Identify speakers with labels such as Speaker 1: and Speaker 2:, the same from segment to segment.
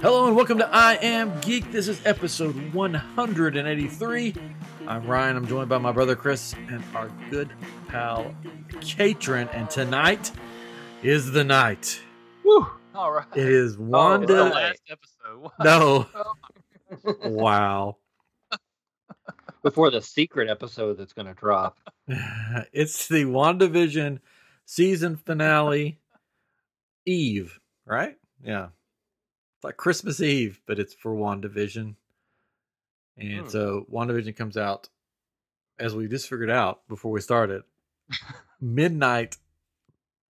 Speaker 1: Hello and welcome to I Am Geek. This is episode 183. I'm Ryan. I'm joined by my brother Chris and our good pal Katrin. And tonight is the night.
Speaker 2: Woo!
Speaker 3: All right.
Speaker 1: It is
Speaker 3: Oh, it's the
Speaker 1: Wanda.
Speaker 3: last episode.
Speaker 1: No.
Speaker 3: Oh.
Speaker 1: Wow.
Speaker 2: Before the secret episode that's going to drop.
Speaker 1: It's the WandaVision season finale Eve, right? Yeah. It's like Christmas Eve, but it's for WandaVision. And
Speaker 2: Hmm.
Speaker 1: so WandaVision comes out, as we just figured out before we started, midnight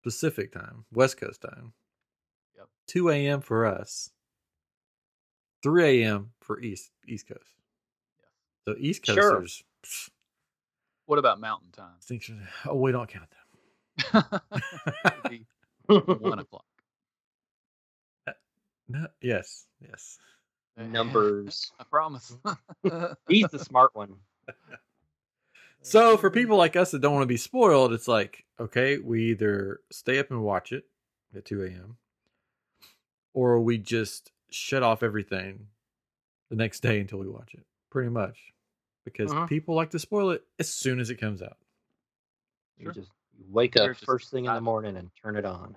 Speaker 1: Pacific time, West Coast time.
Speaker 3: Yep.
Speaker 1: 2 a.m. for us, 3 a.m. for East East Coast. So East
Speaker 2: Sure.
Speaker 1: Coasters. pfft,
Speaker 3: What about mountain time?
Speaker 1: think- Oh, we don't count them.
Speaker 3: It'd be One o'clock.
Speaker 1: No, yes, yes.
Speaker 2: Numbers.
Speaker 3: I promise.
Speaker 2: He's the smart one.
Speaker 1: So for people like us that don't want to be spoiled, it's like, okay, we either stay up and watch it at 2 a.m. or we just shut off everything the next day until we watch it, pretty much. Because
Speaker 2: Mhm.
Speaker 1: people like to spoil it as soon as it comes out.
Speaker 2: You
Speaker 3: Sure.
Speaker 2: just you wake
Speaker 3: You're
Speaker 2: up
Speaker 3: just
Speaker 2: first thing in the
Speaker 3: excited.
Speaker 2: morning and turn it on.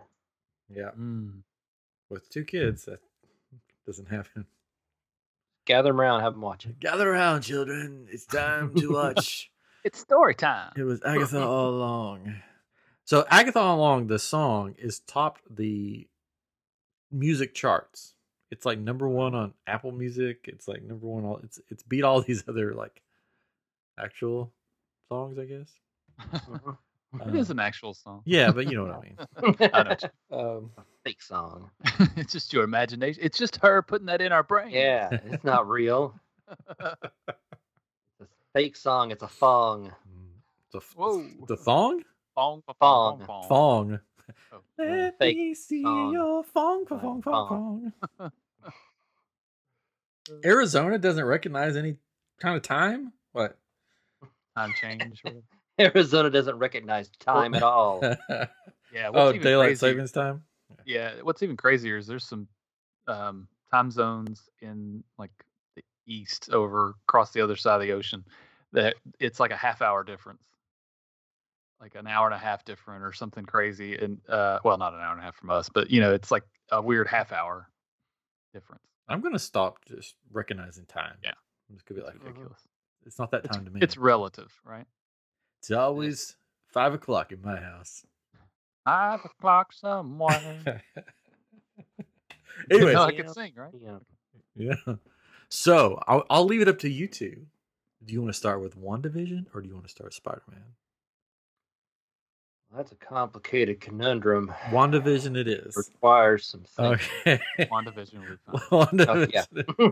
Speaker 1: Yeah.
Speaker 3: Mm.
Speaker 1: With two kids, that doesn't happen.
Speaker 2: Gather them around, have them watch it.
Speaker 1: Gather around, children. It's time to watch.
Speaker 3: It's story time.
Speaker 1: It was Agatha All Along. So Agatha All Along, the song, is topped the music charts. It's like number one on Apple Music. It's like number one. All it's it's beat all these other like actual songs, I guess. Um,
Speaker 2: Mhm.
Speaker 3: it is an actual song.
Speaker 1: Yeah, but you know what I mean.
Speaker 3: I know.
Speaker 1: Um,
Speaker 2: Fake song.
Speaker 3: it's just your imagination. It's just her putting that in our brain.
Speaker 2: Yeah, it's not real. It's a fake song. It's a thong.
Speaker 1: the,
Speaker 3: Whoa.
Speaker 1: the thong
Speaker 3: Fong, fa-
Speaker 2: Fong.
Speaker 3: fong, fong,
Speaker 1: thong.
Speaker 3: fong. Oh.
Speaker 1: Let
Speaker 2: Fake
Speaker 1: me see
Speaker 2: thong.
Speaker 1: your thong, fa- thong,
Speaker 2: Fong,
Speaker 1: thong, thong.
Speaker 2: thong.
Speaker 1: Arizona doesn't recognize any kind of time. What?
Speaker 3: Time change. or-
Speaker 2: Arizona doesn't recognize time at all.
Speaker 3: Oh, Yeah. What's
Speaker 1: oh,
Speaker 3: even
Speaker 1: daylight
Speaker 3: crazier-
Speaker 1: savings time.
Speaker 3: Yeah. What's even crazier is there's some um, time zones in like the east over across the other side of the ocean that it's like a half hour difference, like an hour and a half different or something crazy. And uh, well, not an hour and a half from us, but you know, it's like a weird half hour difference.
Speaker 1: I'm gonna stop just recognizing time.
Speaker 3: Yeah.
Speaker 1: I'm just gonna be
Speaker 3: It's
Speaker 1: like, uh,
Speaker 3: ridiculous.
Speaker 1: it's not that
Speaker 3: It's,
Speaker 1: time to me.
Speaker 3: it's relative, right?
Speaker 1: It's always five o'clock in my house.
Speaker 3: Five o'clock somewhere.
Speaker 1: Anyways,
Speaker 3: no, I could sing, right?
Speaker 2: Yeah.
Speaker 1: yeah. So I'll, I'll leave it up to you two. Do you want to start with WandaVision or do you want to start Spider Man?
Speaker 2: That's a complicated conundrum.
Speaker 1: WandaVision, it is.
Speaker 2: Requires some things.
Speaker 1: Okay.
Speaker 3: WandaVision would be fine.
Speaker 1: WandaVision.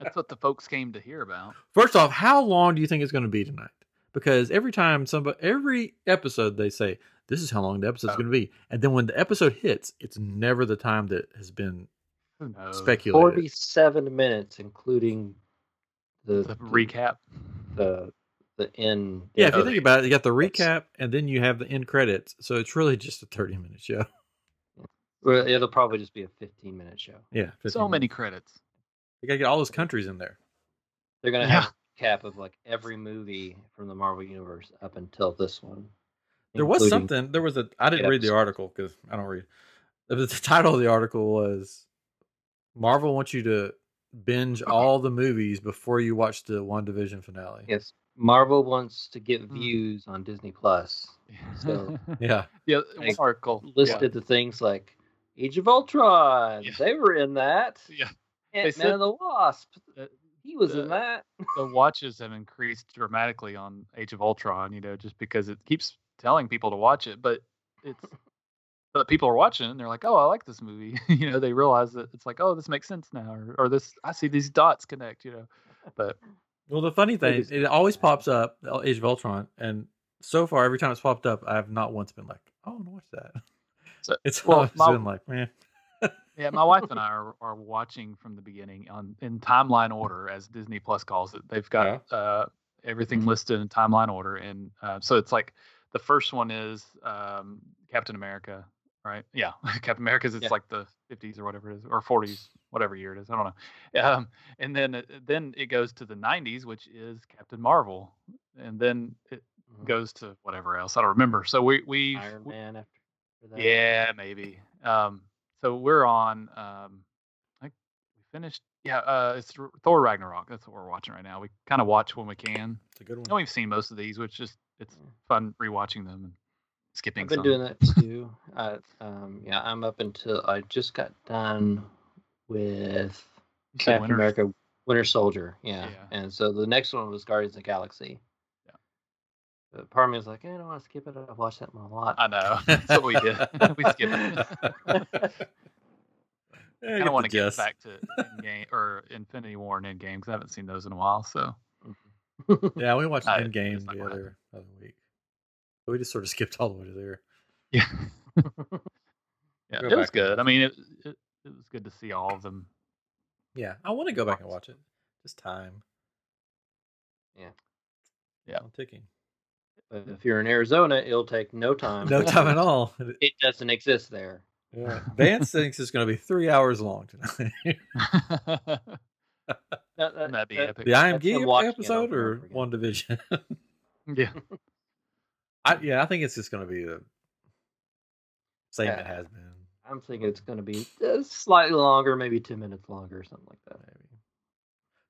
Speaker 3: That's what the folks came to hear about.
Speaker 1: First off, how long do you think it's going to be tonight? Because every time somebody, every episode, they say this is how long the episode's
Speaker 3: Oh.
Speaker 1: going to be, and then when the episode hits, it's never the time that has been
Speaker 3: Who knows?
Speaker 1: speculated.
Speaker 2: 47 minutes, including the,
Speaker 3: the recap.
Speaker 2: the the end.
Speaker 1: Yeah, if you
Speaker 3: Oh,
Speaker 1: think
Speaker 3: they-
Speaker 1: about it, you got the
Speaker 2: that's-
Speaker 1: recap and then you have the end credits. So it's really just a 30 minute show.
Speaker 2: Well, it'll probably just be a 15 minute show.
Speaker 1: Yeah. 15
Speaker 3: So
Speaker 1: minutes.
Speaker 3: many credits.
Speaker 1: You got to get all those countries in there.
Speaker 2: They're gonna
Speaker 3: Yeah.
Speaker 2: have a cap of like every movie from the Marvel universe up until this one.
Speaker 1: There was
Speaker 2: including-
Speaker 1: something, there was a, I didn't
Speaker 2: eight
Speaker 1: read the
Speaker 2: episodes.
Speaker 1: article because I don't read. The the title of the article was Marvel wants you to binge
Speaker 3: Uh-huh.
Speaker 1: all the movies before you watch the WandaVision finale.
Speaker 2: Yes, Marvel wants to get
Speaker 3: Hmm.
Speaker 2: views on Disney Plus. So-
Speaker 1: Yeah.
Speaker 3: yeah, one
Speaker 2: Like,
Speaker 3: article
Speaker 2: Listed the things like Age of Ultron.
Speaker 3: Yeah.
Speaker 2: They were in that.
Speaker 3: Yeah.
Speaker 2: Ant Man
Speaker 3: said-
Speaker 2: and the Wasp.
Speaker 3: Uh,
Speaker 2: He was
Speaker 3: uh,
Speaker 2: in that.
Speaker 3: The watches have increased dramatically on Age of Ultron, you know, just because it keeps telling people to watch it, but it's but people are watching and they're like, "Oh, I like this movie." you know, they realize that it's like, "Oh, this makes sense now," or, or "This I see these dots connect," you know. But
Speaker 1: Well, the funny thing,
Speaker 2: is-
Speaker 1: it always pops up, uh, Age of Ultron. And so far, every time it's popped up, I've not once been like, oh, I want to watch that.
Speaker 3: So-
Speaker 1: it's
Speaker 3: well,
Speaker 1: always
Speaker 3: my-
Speaker 1: been like, man.
Speaker 3: yeah, my wife and I are, are watching from the beginning on in timeline order, as Disney Plus calls it. They've got uh, everything listed in timeline order, and uh, so it's like the first one is um, Captain America, right? Yeah, Captain America's it's
Speaker 2: Yeah.
Speaker 3: like the 50s or whatever it is, or 40s, whatever year it is. I don't know. Um, and then it- then it goes to the 90s, which is Captain Marvel, and then it
Speaker 2: Mhm.
Speaker 3: goes to whatever else. I don't remember. So we we
Speaker 2: Iron Man after that.
Speaker 3: yeah, maybe. Um, so we're on. Um, I think we finished. Yeah, uh, it's R- Thor Ragnarok. That's what we're watching right now. We kind of watch when we can.
Speaker 1: It's a good one.
Speaker 3: And we've seen most of these, which just it's fun rewatching them and skipping.
Speaker 2: I've been
Speaker 3: some.
Speaker 2: doing that too. I, um, yeah, I'm up until I just got done with
Speaker 3: You said
Speaker 2: Captain
Speaker 3: Winter-
Speaker 2: America Winter Soldier. Yeah.
Speaker 3: Yeah.
Speaker 2: And so the next one was Guardians of the Galaxy.
Speaker 3: Yeah.
Speaker 2: But part of me was like, eh, I don't want to skip it. I've watched that one a lot.
Speaker 3: I know. That's what we did. we skipped it. I kind of want to get back to Endgame or Infinity War and Endgame because I haven't seen those in a while. So
Speaker 1: Yeah, we watched
Speaker 3: Uh,
Speaker 1: Endgame
Speaker 3: it's not
Speaker 1: the
Speaker 3: gonna
Speaker 1: other, other week. But we just sort of skipped all the way to there.
Speaker 3: yeah, yeah,
Speaker 1: Go
Speaker 3: it was
Speaker 1: back and
Speaker 3: good. I mean, it, it it was good to see all of them.
Speaker 1: Yeah, I want to go back and watch it. Just time.
Speaker 2: Yeah.
Speaker 3: Yeah.
Speaker 1: I'm ticking.
Speaker 2: But if you're in Arizona, it'll take no time.
Speaker 1: No time at
Speaker 2: because
Speaker 1: all.
Speaker 2: It doesn't exist there.
Speaker 1: Yeah. Vance thinks it's going to be three hours long tonight.
Speaker 2: That,
Speaker 3: Wouldn't that be
Speaker 2: that-
Speaker 3: epic?
Speaker 1: the
Speaker 2: him
Speaker 1: IMG
Speaker 2: watching it
Speaker 1: episode
Speaker 2: over and
Speaker 1: or
Speaker 2: over again.
Speaker 1: One Division?
Speaker 3: Yeah,
Speaker 1: I, yeah, I think it's just going to be the same it
Speaker 2: Yeah.
Speaker 1: has been.
Speaker 2: I'm thinking it's going to be uh, slightly longer, maybe 10 minutes longer, or something like that.
Speaker 1: Maybe.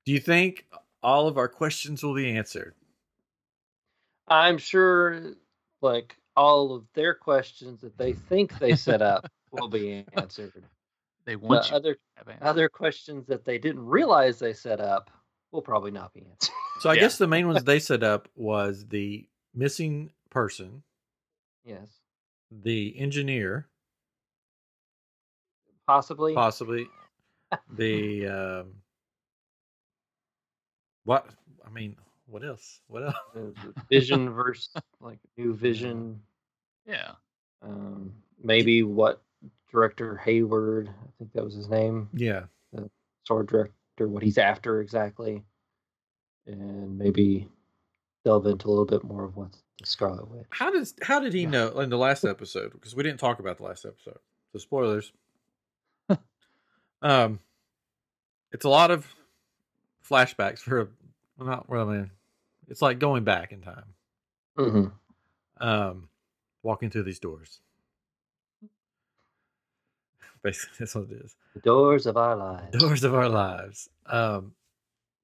Speaker 1: Do you think all of our questions will be answered?
Speaker 2: I'm sure, like all of their questions that they think they set up will be answered.
Speaker 3: they
Speaker 2: The
Speaker 3: want you.
Speaker 2: other
Speaker 3: to have
Speaker 2: other questions that they didn't realize they set up will probably not be answered.
Speaker 1: So I
Speaker 3: Yeah.
Speaker 1: guess the main ones they set up was the missing person,
Speaker 2: yes,
Speaker 1: the engineer,
Speaker 2: possibly.
Speaker 1: possibly the um, what? I mean, what else? What else?
Speaker 2: the- the uh, vision versus like new vision.
Speaker 3: yeah,
Speaker 2: Um, maybe what director Hayward, I think that was his name,
Speaker 1: Yeah,
Speaker 2: sword director, what he's after exactly, and maybe delve into a little bit more of what's the Scarlet Witch.
Speaker 1: How does how did he know in the last episode? Because we didn't talk about the last episode. So spoilers. um, it's a lot of flashbacks for a well, not really. It's like going back in time.
Speaker 2: Mm-hmm.
Speaker 1: Um, walking through these doors. Basically, that's what it is.
Speaker 2: The doors of our lives.
Speaker 1: Doors of our lives. Um,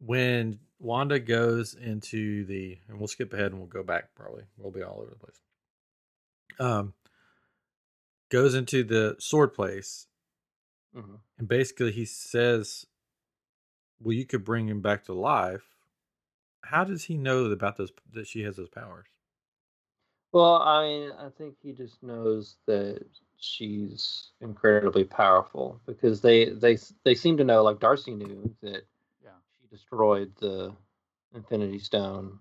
Speaker 1: when Wanda goes into the, and we'll skip ahead and we'll go back probably. We'll be all over the place. Um, goes into the sword place,
Speaker 2: Mhm.
Speaker 1: and basically he says, "Well, you could bring him back to life." How does he know about those that she has those powers?
Speaker 2: Well, I mean, I think he just knows that she's incredibly powerful because they they they seem to know, like Darcy knew that
Speaker 3: Yeah.
Speaker 2: she destroyed the Infinity Stone,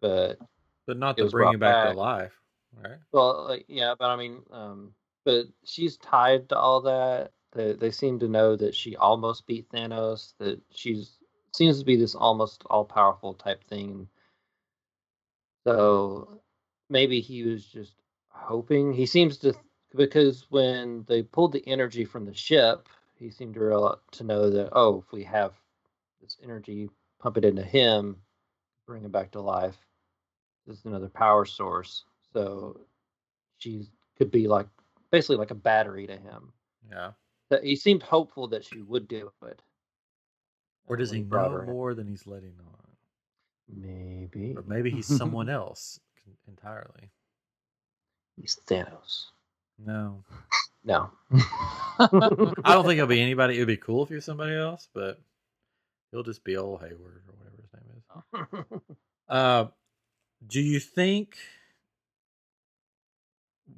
Speaker 2: but
Speaker 1: But not
Speaker 2: It
Speaker 1: to
Speaker 2: was
Speaker 1: bring him
Speaker 2: brought
Speaker 1: back, to
Speaker 2: back.
Speaker 1: life, right?
Speaker 2: well, like yeah, but I mean, um, but she's tied to all that. They they seem to know that she almost beat Thanos. That she's seems to be this almost all powerful type thing. So maybe he was just hoping. He seems to because when they pulled the energy from the ship, he seemed to real, to know that oh, if we have this energy, pump it into him, bring him back to life. This is another power source. So she could be like basically like a battery to him.
Speaker 1: Yeah.
Speaker 2: That he seemed hopeful that she would do it.
Speaker 1: Or does
Speaker 2: When
Speaker 1: he
Speaker 2: brought
Speaker 1: know
Speaker 2: her in.
Speaker 1: more than he's letting on?
Speaker 2: Maybe.
Speaker 1: Or maybe he's someone else entirely.
Speaker 2: He's Thanos.
Speaker 1: No,
Speaker 2: No.
Speaker 1: I don't think it'll be anybody. It'd be cool if he was somebody else, but he'll just be old Hayward or whatever his name is. Uh, do you think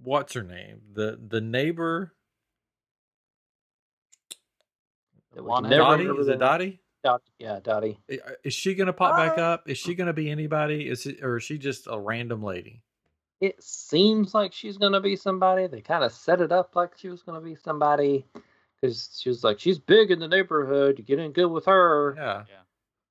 Speaker 1: what's her name? The the neighbor
Speaker 2: That we
Speaker 3: Lana
Speaker 2: never
Speaker 1: Dottie?
Speaker 2: remember
Speaker 1: Is it
Speaker 2: that.
Speaker 1: Dottie?
Speaker 2: Dot, yeah, Dottie.
Speaker 1: I- I- Is she gonna pop back
Speaker 2: Uh,
Speaker 1: up? Is she gonna be anybody? Is it, or is she just a random lady?
Speaker 2: It seems like she's gonna be somebody. They kind of set it up like she was gonna be somebody, because she was like, she's big in the neighborhood. You get in good with her.
Speaker 1: Yeah,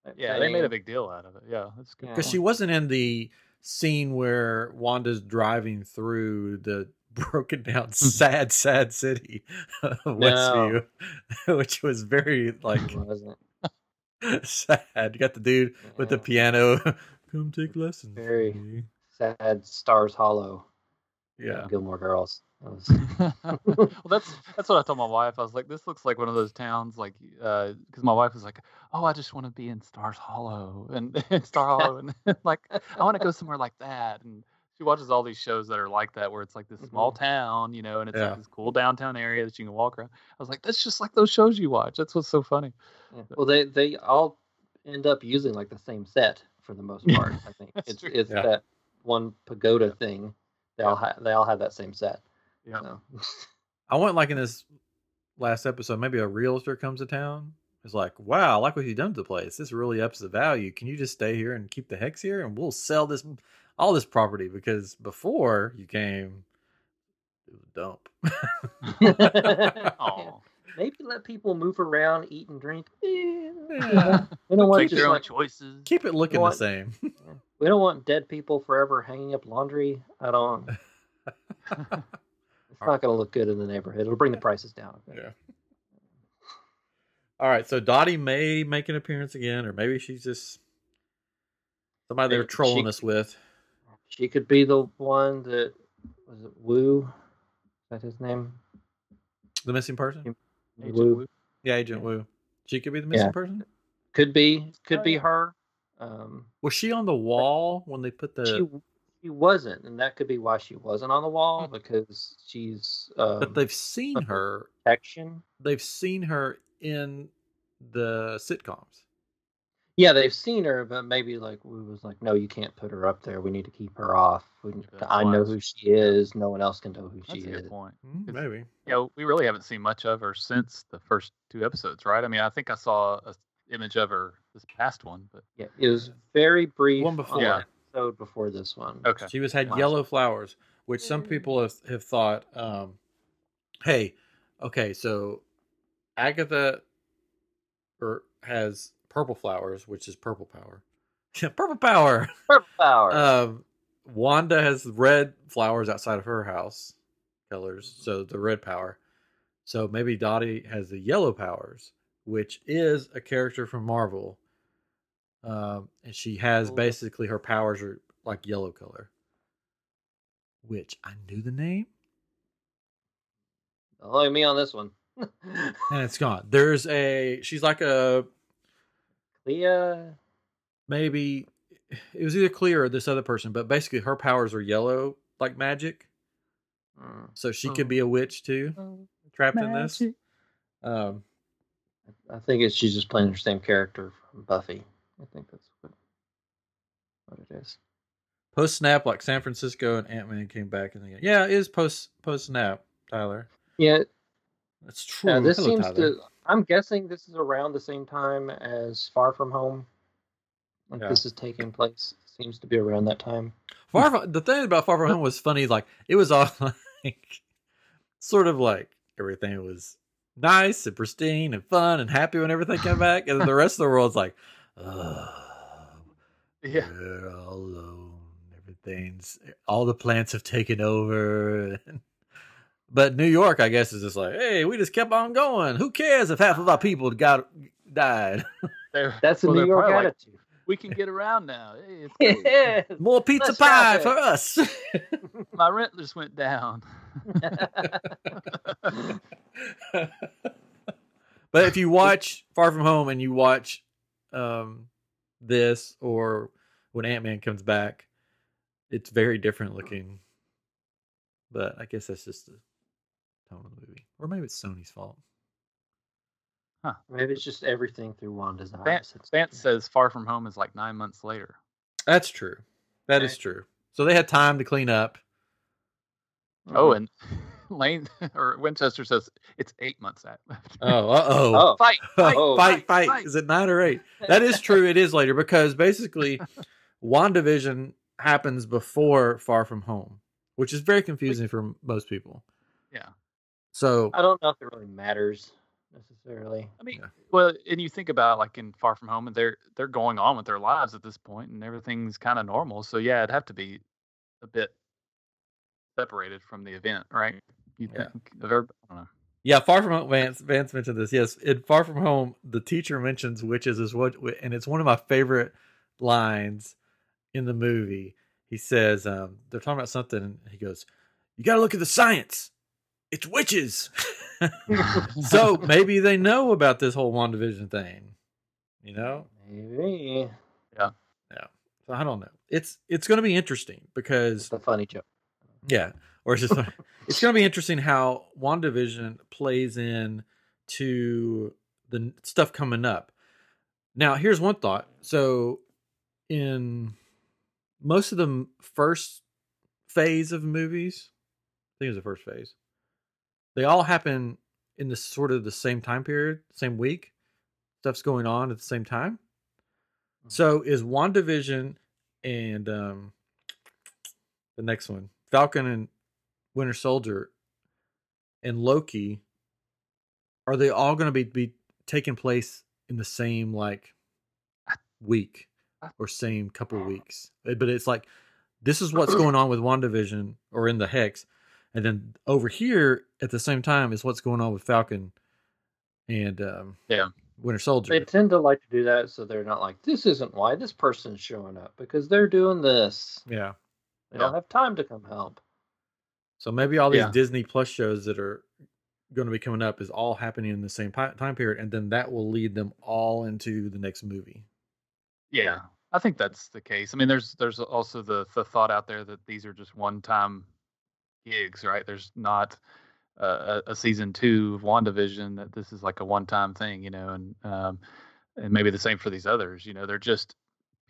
Speaker 2: type
Speaker 3: yeah. They made a
Speaker 2: thing.
Speaker 3: big deal out of it. Yeah, that's good.
Speaker 2: Yeah.
Speaker 1: because she wasn't in the scene where Wanda's driving through the broken down, sad, sad city of Westview, which was very like
Speaker 2: It wasn't
Speaker 1: sad. You got the dude with the
Speaker 2: Yeah.
Speaker 1: piano. Come take lessons. from
Speaker 2: Very.
Speaker 1: me."
Speaker 2: sad Stars Hollow.
Speaker 1: Yeah.
Speaker 2: Gilmore Girls. That was-
Speaker 3: well, that's that's what I told my wife. I was like, this looks like one of those towns, like, because my wife was like, oh, I just want to be in Stars Hollow and, and Star Hollow, and like, I want to go somewhere like that. And she watches all these shows that are like that, where it's like this small town, you know, and it's
Speaker 1: Yeah.
Speaker 3: like this cool downtown area that you can walk around. I was like, that's just like those shows you watch. That's what's so funny.
Speaker 2: Yeah. Well, they they all end up using like the same set for the most
Speaker 3: Yeah,
Speaker 2: part. I think
Speaker 3: that's
Speaker 2: it's
Speaker 3: true.
Speaker 2: it's
Speaker 1: Yeah.
Speaker 2: that one pagoda thing. They all ha- they all have that same set.
Speaker 3: Yeah.
Speaker 2: So,
Speaker 1: I want like in this last episode, maybe a realtor comes to town. It's like, wow, I like what you've done to the place. This really ups the value. Can you just stay here and keep the hex here, and we'll sell this all this property because before you came, it was a dump.
Speaker 3: Oh,
Speaker 2: maybe let people move around, eat and drink. Eh, We
Speaker 1: Yeah.
Speaker 2: don't want
Speaker 3: make
Speaker 2: just
Speaker 3: their own
Speaker 2: like,
Speaker 3: choices.
Speaker 1: Keep it looking
Speaker 2: Well,
Speaker 1: the same.
Speaker 2: we don't want dead people forever hanging up laundry. I don't. It's not going to look good in the neighborhood. It'll bring the prices down.
Speaker 1: Yeah. All right, so Dottie may make an appearance again, or maybe she's just somebody they're
Speaker 2: She-
Speaker 1: trolling us with.
Speaker 2: She could be the one that was it Wu? Is that his name?
Speaker 1: The missing person?
Speaker 3: Agent
Speaker 2: Wu.
Speaker 3: Wu.
Speaker 1: Yeah, Agent Wu. She could be the missing
Speaker 2: Yeah.
Speaker 1: person.
Speaker 2: Could be. Could
Speaker 3: Oh,
Speaker 2: be
Speaker 3: yeah.
Speaker 2: her. Um,
Speaker 1: Was she on the wall when they
Speaker 3: Uh,
Speaker 1: put the?
Speaker 2: she she wasn't, and that could be why she wasn't on the wall
Speaker 3: Hmm.
Speaker 2: because she's um,
Speaker 1: but they've seen her.
Speaker 2: protection.
Speaker 1: They've seen her in the sitcoms.
Speaker 2: Yeah, they've seen her, but maybe like we was like, no, you can't put her up there. We need to keep her off. We,
Speaker 3: that's
Speaker 2: I know
Speaker 3: wise.
Speaker 2: who she is. No one else can know who
Speaker 3: That's
Speaker 2: she
Speaker 3: a
Speaker 2: is.
Speaker 3: good point.
Speaker 1: Mm,
Speaker 3: It's-
Speaker 1: Maybe.
Speaker 3: Yeah, w- we really haven't seen much of her since the first two episodes, right? I mean, I think I saw a s- image of her this past one, but
Speaker 2: Yeah, it was very brief.
Speaker 1: One
Speaker 2: on
Speaker 1: before.
Speaker 2: the episode before this one.
Speaker 3: okay.
Speaker 1: She was had
Speaker 2: Wow.
Speaker 1: yellow flowers, which some people have, have thought, um, hey, okay, so Agatha or has purple flowers, which is purple power. Yeah, purple power.
Speaker 2: Purple Power.
Speaker 3: Uh,
Speaker 1: Um, Wanda has red flowers outside of her house colors, so the red power. So maybe Dottie has the yellow powers, which is a character from Marvel. Um, and she has
Speaker 2: Cool.
Speaker 1: basically her powers are like yellow color, which I knew the name
Speaker 2: Don't Look at me on this one.
Speaker 1: and it's gone. There's a she's like a
Speaker 2: Leah.
Speaker 1: maybe it was either Clear or this other person, but basically her powers are yellow like magic,
Speaker 2: Hmm.
Speaker 1: so she could be a witch too. trapped in this. Um,
Speaker 2: I think it's she's just playing her same character from Buffy. I think that's what what it is.
Speaker 1: post snap, like San Francisco and Ant Man came back, and they, yeah, it is post post snap, Tyler.
Speaker 2: Yeah,
Speaker 1: That's true.
Speaker 2: now this
Speaker 1: Hello,
Speaker 2: seems
Speaker 1: Tyler.
Speaker 2: to. I'm guessing this is around the same time as Far From Home. Like
Speaker 1: Yeah.
Speaker 2: this is taking place. Seems to be around that time.
Speaker 1: Far from, the thing about Far From Home was funny. Like it was all like sort of like everything was nice and pristine and fun and happy when everything came back, and then the rest of the world's like, Ugh,
Speaker 3: Yeah.
Speaker 1: we're all alone. Everything's eh, all the plants have taken over. But New York, I guess, is just like, hey, we just kept on going. Who cares if half of our people got died?
Speaker 3: They're-
Speaker 2: That's the
Speaker 3: well,
Speaker 2: New
Speaker 3: they're
Speaker 2: York
Speaker 3: probably like,
Speaker 2: attitude.
Speaker 3: we can get around now. Hey, It's great.
Speaker 2: Yes.
Speaker 1: More pizza
Speaker 2: Less
Speaker 1: pie
Speaker 2: traffic.
Speaker 1: for us.
Speaker 3: My rent just went down.
Speaker 1: but if you watch Far From Home and you watch um, this or when Ant Man comes back, it's very different looking. But I guess that's just the tone of the movie, or maybe it's Sony's fault.
Speaker 2: Maybe it's just everything through Wanda's eyes.
Speaker 3: Vance,
Speaker 2: It's-
Speaker 3: Vance says Far From Home is like nine months later.
Speaker 1: That's true. That is
Speaker 2: Okay.
Speaker 1: true. So they had time to clean up.
Speaker 3: Oh,
Speaker 2: Mm-hmm.
Speaker 3: and Lane or Winchester says it's eight months after.
Speaker 1: Oh, uh
Speaker 2: oh,
Speaker 3: Fight,
Speaker 1: fight,
Speaker 3: fight,
Speaker 2: Oh.
Speaker 1: fight, fight, Is it nine or eight? That is true. It is later because basically, WandaVision happens before Far From Home, which is very confusing for most people.
Speaker 3: Yeah.
Speaker 1: So
Speaker 2: I don't know if it really matters necessarily.
Speaker 3: I mean,
Speaker 1: Yeah.
Speaker 3: well, and you think about like in Far From Home, and they're they're going on with their lives at this point, and everything's kind of normal. So yeah, it'd have to be a bit separated from the event, right? You
Speaker 1: Yeah.
Speaker 3: think of every- I don't know.
Speaker 1: Yeah, Far From Home. Vance, Vance mentioned this. Yes, in Far From Home, the teacher mentions witches is what, and it's one of my favorite lines in the movie. He says um, they're talking about something, and he goes, "You got to look at the science. It's witches." so maybe they know about this whole Wandavision thing. You know,
Speaker 2: Maybe.
Speaker 1: so I don't know. It's it's going to be interesting because
Speaker 2: It's a funny joke.
Speaker 1: Yeah, or it's just it's going to be interesting how WandaVision plays in to the n- stuff coming up. Now, here's one thought. So, in most of the m- first phase of movies, I think it was the first phase. They all happen in the sort of the same time period, same week. Stuff's going on at the same time. So is WandaVision and um, the next one, Falcon and Winter Soldier and Loki, are they all going to be, be taking place in the same like week or same couple weeks? Uh, But it's like this is what's going on with WandaVision or in the Hex, and then over here at the same time is what's going on with Falcon and um,
Speaker 3: Yeah.
Speaker 1: Winter Soldier.
Speaker 2: They tend to like to do that so they're not like, this isn't why this person's showing up because they're doing this.
Speaker 1: yeah.
Speaker 2: They don't have time to come help.
Speaker 1: So maybe all these
Speaker 3: Yeah.
Speaker 1: Disney Plus shows that are going to be coming up is all happening in the same pi- time period, and then that will lead them all into the next movie.
Speaker 3: Yeah, I think that's the case. I mean, there's there's also the the thought out there that these are just one time gigs, right? There's not uh, a a season two of Wandavision that this is like a one time thing, you know, and um, and maybe the same for these others. You know, they're just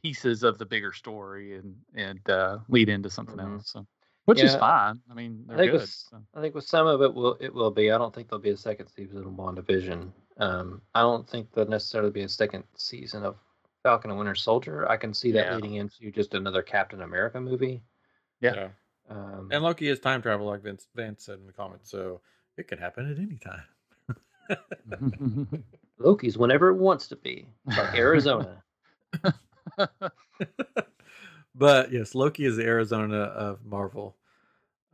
Speaker 3: pieces of the bigger story and and uh, lead into something
Speaker 1: Mm-hmm.
Speaker 2: Mhm.
Speaker 3: else. So, which is
Speaker 2: Yeah.
Speaker 3: fine. I mean, they're
Speaker 2: think it
Speaker 3: good.
Speaker 2: was-
Speaker 3: so.
Speaker 2: I think with some of it will it will be. I don't think there'll be a second season of WandaVision. Um, I don't think there'll necessarily be a second season of Falcon and Winter Soldier. I can see that
Speaker 3: Yeah.
Speaker 2: leading into just another Captain America movie.
Speaker 3: Yeah.
Speaker 2: Um,
Speaker 1: And Loki is time travel, like Vince Vance said in the comments, so it could happen at any time.
Speaker 2: Loki's whenever it wants to be, like Arizona.
Speaker 1: but yes, Loki is the Arizona of Marvel.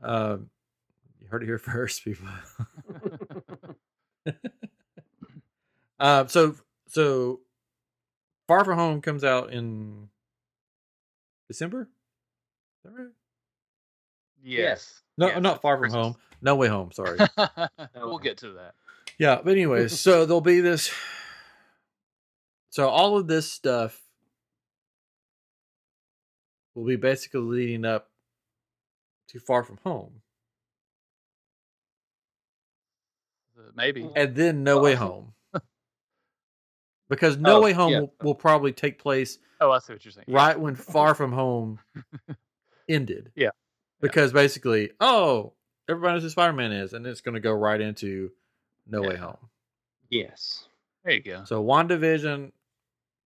Speaker 1: Um, you heard it here first, people. uh, so so Far From Home comes out in December. Is that right?
Speaker 3: yes.
Speaker 1: No,
Speaker 3: yes,
Speaker 1: not
Speaker 3: it's
Speaker 1: Far From
Speaker 3: Christmas.
Speaker 1: Home. No Way Home. Sorry.
Speaker 3: we'll
Speaker 2: Okay.
Speaker 3: get to that.
Speaker 1: Yeah, but anyways, so there'll be this. So all of this stuff will be basically leading up to Far From Home,
Speaker 3: Uh, Maybe.
Speaker 1: and then No Way
Speaker 2: Well,
Speaker 1: Home, because No
Speaker 2: Oh,
Speaker 1: Way Home
Speaker 2: yeah.
Speaker 1: will, will probably take place
Speaker 3: Oh, I see what you're saying. Yeah.
Speaker 1: right when Far From Home ended.
Speaker 3: Yeah.
Speaker 1: because basically, oh, everybody knows who Spider Man is, and it's going to go right into No Way
Speaker 3: Yeah.
Speaker 1: Home.
Speaker 2: yes.
Speaker 3: There you go.
Speaker 1: So WandaVision,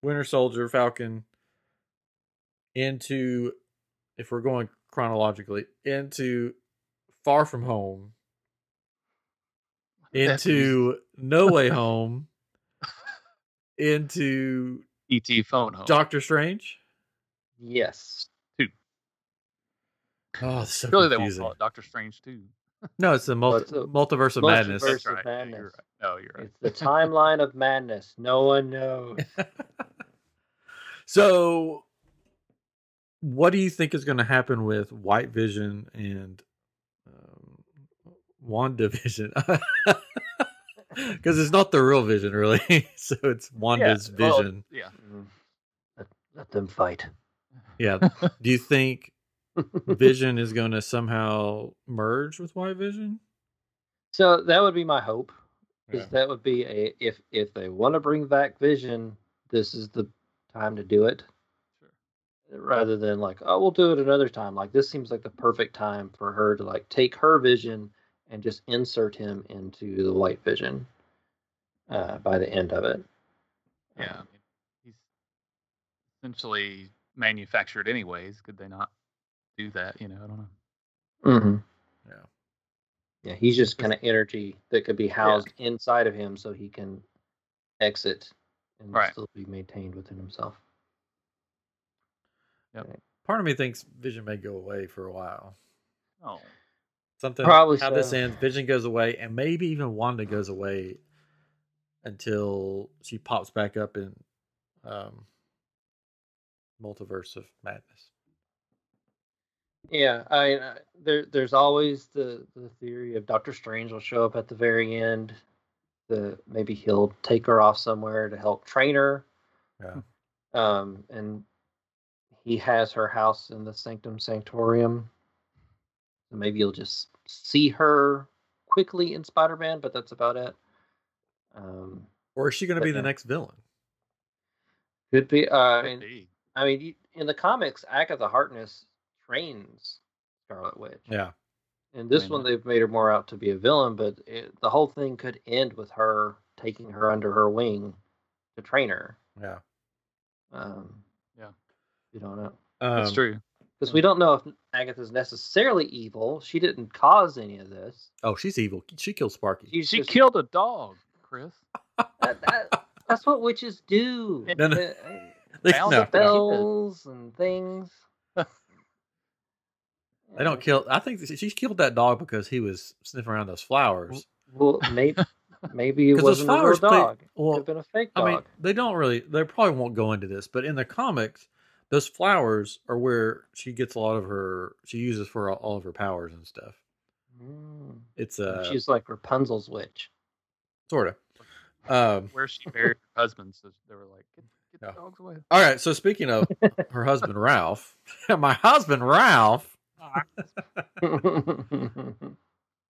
Speaker 1: Winter Soldier, Falcon, into if we're going chronologically, into Far From Home,
Speaker 3: That's
Speaker 1: into No Way Home, into
Speaker 3: ET E phone home.
Speaker 1: Doctor Strange.
Speaker 2: Yes.
Speaker 1: Oh, it's so
Speaker 3: really, they won't
Speaker 1: confusing.
Speaker 3: call it Doctor Strange too.
Speaker 1: No, it's the multi-
Speaker 2: it's a-
Speaker 1: multiverse of madness.
Speaker 2: Multiverse of
Speaker 3: Yeah,
Speaker 2: Madness.
Speaker 3: You're right. No, you're right.
Speaker 2: It's the timeline of madness. No one knows.
Speaker 1: so, what do you think is going to happen with White Vision and um, WandaVision? Because it's not the real Vision, really. so it's Wanda's
Speaker 3: yeah, well,
Speaker 1: vision.
Speaker 3: yeah.
Speaker 2: Mm. Let, let them fight.
Speaker 1: Yeah. Do you think Vision is going to somehow merge with White Vision?
Speaker 2: So that would be my hope. Because
Speaker 1: Yeah.
Speaker 2: that would be a if if they want to bring back Vision, this is the time to do it.
Speaker 3: Sure.
Speaker 2: Rather than like, oh, we'll do it another time. Like this seems like the perfect time for her to like take her Vision and just insert him into the White Vision. Uh, by the end of it.
Speaker 3: Yeah.
Speaker 2: Um,
Speaker 3: I mean, he's essentially manufactured, anyways. Could they not do that? You know, I don't know.
Speaker 2: Mm-hmm.
Speaker 1: Yeah.
Speaker 2: Yeah, he's just kind of energy that could be housed inside of him so he can exit and
Speaker 3: Right.
Speaker 2: still be maintained within himself.
Speaker 1: Part of me thinks Vision may go away for a while.
Speaker 3: Oh,
Speaker 1: Something
Speaker 2: Probably
Speaker 1: how
Speaker 2: so.
Speaker 1: this ends. Vision goes away, and maybe even Wanda goes away until she pops back up in um, Multiverse of Madness.
Speaker 2: Yeah, I, I there there's always the the theory of Doctor Strange will show up at the very end. The maybe he'll take her off somewhere to help train her.
Speaker 1: Yeah.
Speaker 2: Um, and he has her house in the Sanctum Sanctorium. So maybe you'll just see her quickly in Spider-Man, but that's about it. Um,
Speaker 1: Or is she going to
Speaker 2: But
Speaker 1: be the
Speaker 2: no.
Speaker 1: next villain?
Speaker 2: could be. Uh, I mean,
Speaker 3: Indeed.
Speaker 2: I mean, you- in the comics, Agatha Harkness trains Scarlet Witch.
Speaker 1: Yeah.
Speaker 2: In this
Speaker 3: mean,
Speaker 2: one,
Speaker 3: like-
Speaker 2: they've made her more out to be a villain, but it, the whole thing could end with her taking her under her wing to train her.
Speaker 1: Yeah.
Speaker 2: Um,
Speaker 3: Yeah.
Speaker 2: we don't know
Speaker 3: That's
Speaker 1: Um,
Speaker 3: true.
Speaker 2: because we don't know if Agatha's necessarily evil. She didn't cause any of this.
Speaker 1: Oh, she's evil. She killed Sparky.
Speaker 2: She's
Speaker 3: She
Speaker 2: just-
Speaker 3: killed a dog, Chris.
Speaker 2: that- that- that's what witches do.
Speaker 1: No, no.
Speaker 2: They-
Speaker 1: They,
Speaker 3: Bound
Speaker 1: no,
Speaker 3: up
Speaker 1: no.
Speaker 2: Spells and things.
Speaker 1: They don't kill. I think that she- she killed that dog because he was sniffing around those flowers.
Speaker 2: Well, maybe maybe it
Speaker 1: 'Because those
Speaker 2: wasn't a real
Speaker 1: flowers play-
Speaker 2: dog.
Speaker 1: well,
Speaker 2: it could have been a fake
Speaker 1: I
Speaker 2: dog.
Speaker 1: mean, they don't really. They probably won't go into this, but in the comics, those flowers are where she gets a lot of her. She uses for all- all of her powers and stuff.
Speaker 2: Mm.
Speaker 1: It's uh,
Speaker 2: She's like Rapunzel's witch.
Speaker 1: sort of. Um,
Speaker 3: Where she buried her husband, so they were like, "Get, get
Speaker 1: Yeah.
Speaker 3: the dogs away."
Speaker 1: all right. So speaking of her husband Ralph, my husband Ralph.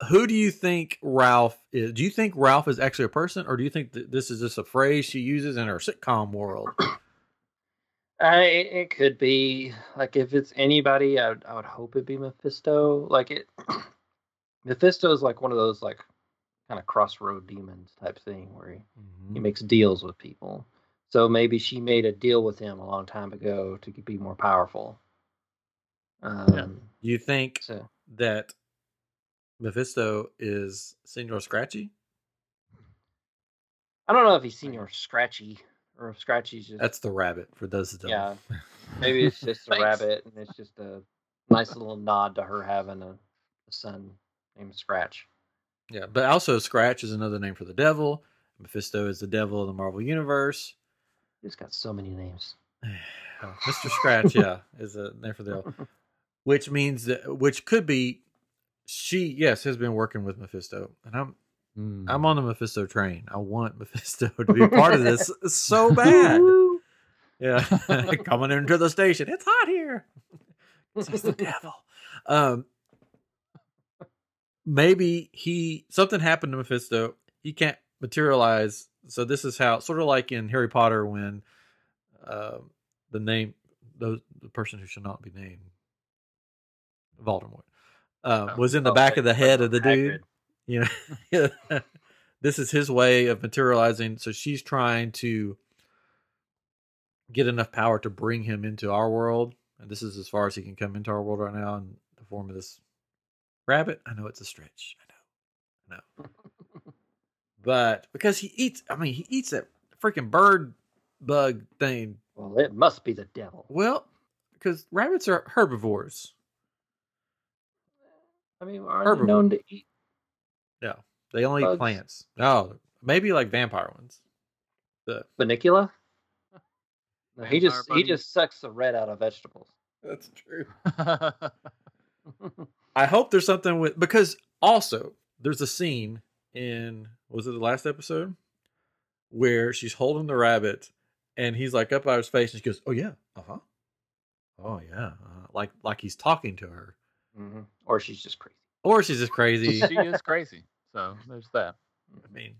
Speaker 1: Who do you think Ralph is? Do you think Ralph is actually a person, or do you think that this is just a phrase she uses in her sitcom world?
Speaker 2: I, it it could be like if it's anybody, I would, I would hope it'd be Mephisto. Like it, Mephisto is like one of those like kind of crossroad demons type thing where he, he makes deals with people. So maybe she made a deal with him a long time ago to be more powerful. Um,
Speaker 1: Do you think
Speaker 2: So
Speaker 1: that Mephisto is Senor Scratchy?
Speaker 2: I don't know if he's seen your Scratchy or if Scratchy's just
Speaker 1: That's the rabbit for those that don't.
Speaker 2: Yeah. Maybe it's just a
Speaker 3: Thanks.
Speaker 2: rabbit, and it's just a nice little nod to her having a, a son named Scratch.
Speaker 1: Yeah, but also Scratch is another name for the devil. Mephisto is the devil of the Marvel Universe.
Speaker 2: He's got so many names.
Speaker 1: Oh, Mr. Scratch, yeah, is a name for the devil, which means that which could be she. Yes, has been working with Mephisto, and I'm
Speaker 2: Hmm.
Speaker 1: I'm on the Mephisto train. I want Mephisto to be a part of this so bad.
Speaker 2: Woo!
Speaker 1: Yeah, coming into the station. It's hot here. Says the devil. Um, maybe he something happened to Mephisto. He can't materialize. So this is how, sort of like in Harry Potter, when uh, the name, the, the person who shall not be named, Voldemort, um,
Speaker 3: Oh.
Speaker 1: was in the
Speaker 2: Oh,
Speaker 1: back
Speaker 2: like
Speaker 1: of the head of the
Speaker 2: Hagrid.
Speaker 1: dude. You know, this is his way of materializing. So she's trying to get enough power to bring him into our world. And this is as far as he can come into our world right now in the form of this rabbit. I know it's a stretch. I know. I know. but because he eats, I mean, he eats that freaking bird bug thing.
Speaker 2: Well, it must be the devil.
Speaker 1: Well, because rabbits are herbivores.
Speaker 2: I mean, are
Speaker 1: Herbivore.
Speaker 2: they known to eat?
Speaker 1: They only eat
Speaker 2: Bugs.
Speaker 1: plants. Oh, maybe like vampire ones.
Speaker 2: Funicula? No, he
Speaker 3: Vampire
Speaker 2: just he
Speaker 3: bunnies.
Speaker 2: just sucks the red out of vegetables.
Speaker 1: That's true.
Speaker 3: yeah,
Speaker 1: I hope there's something with because also there's a scene in was it the last episode where she's holding the rabbit and he's like up out of his face and she goes, "Oh yeah, uh huh, oh yeah," uh like like he's talking to her,
Speaker 2: hmm Or she's just crazy.
Speaker 1: or she's just crazy.
Speaker 3: she is crazy. So there's that.
Speaker 1: I mean,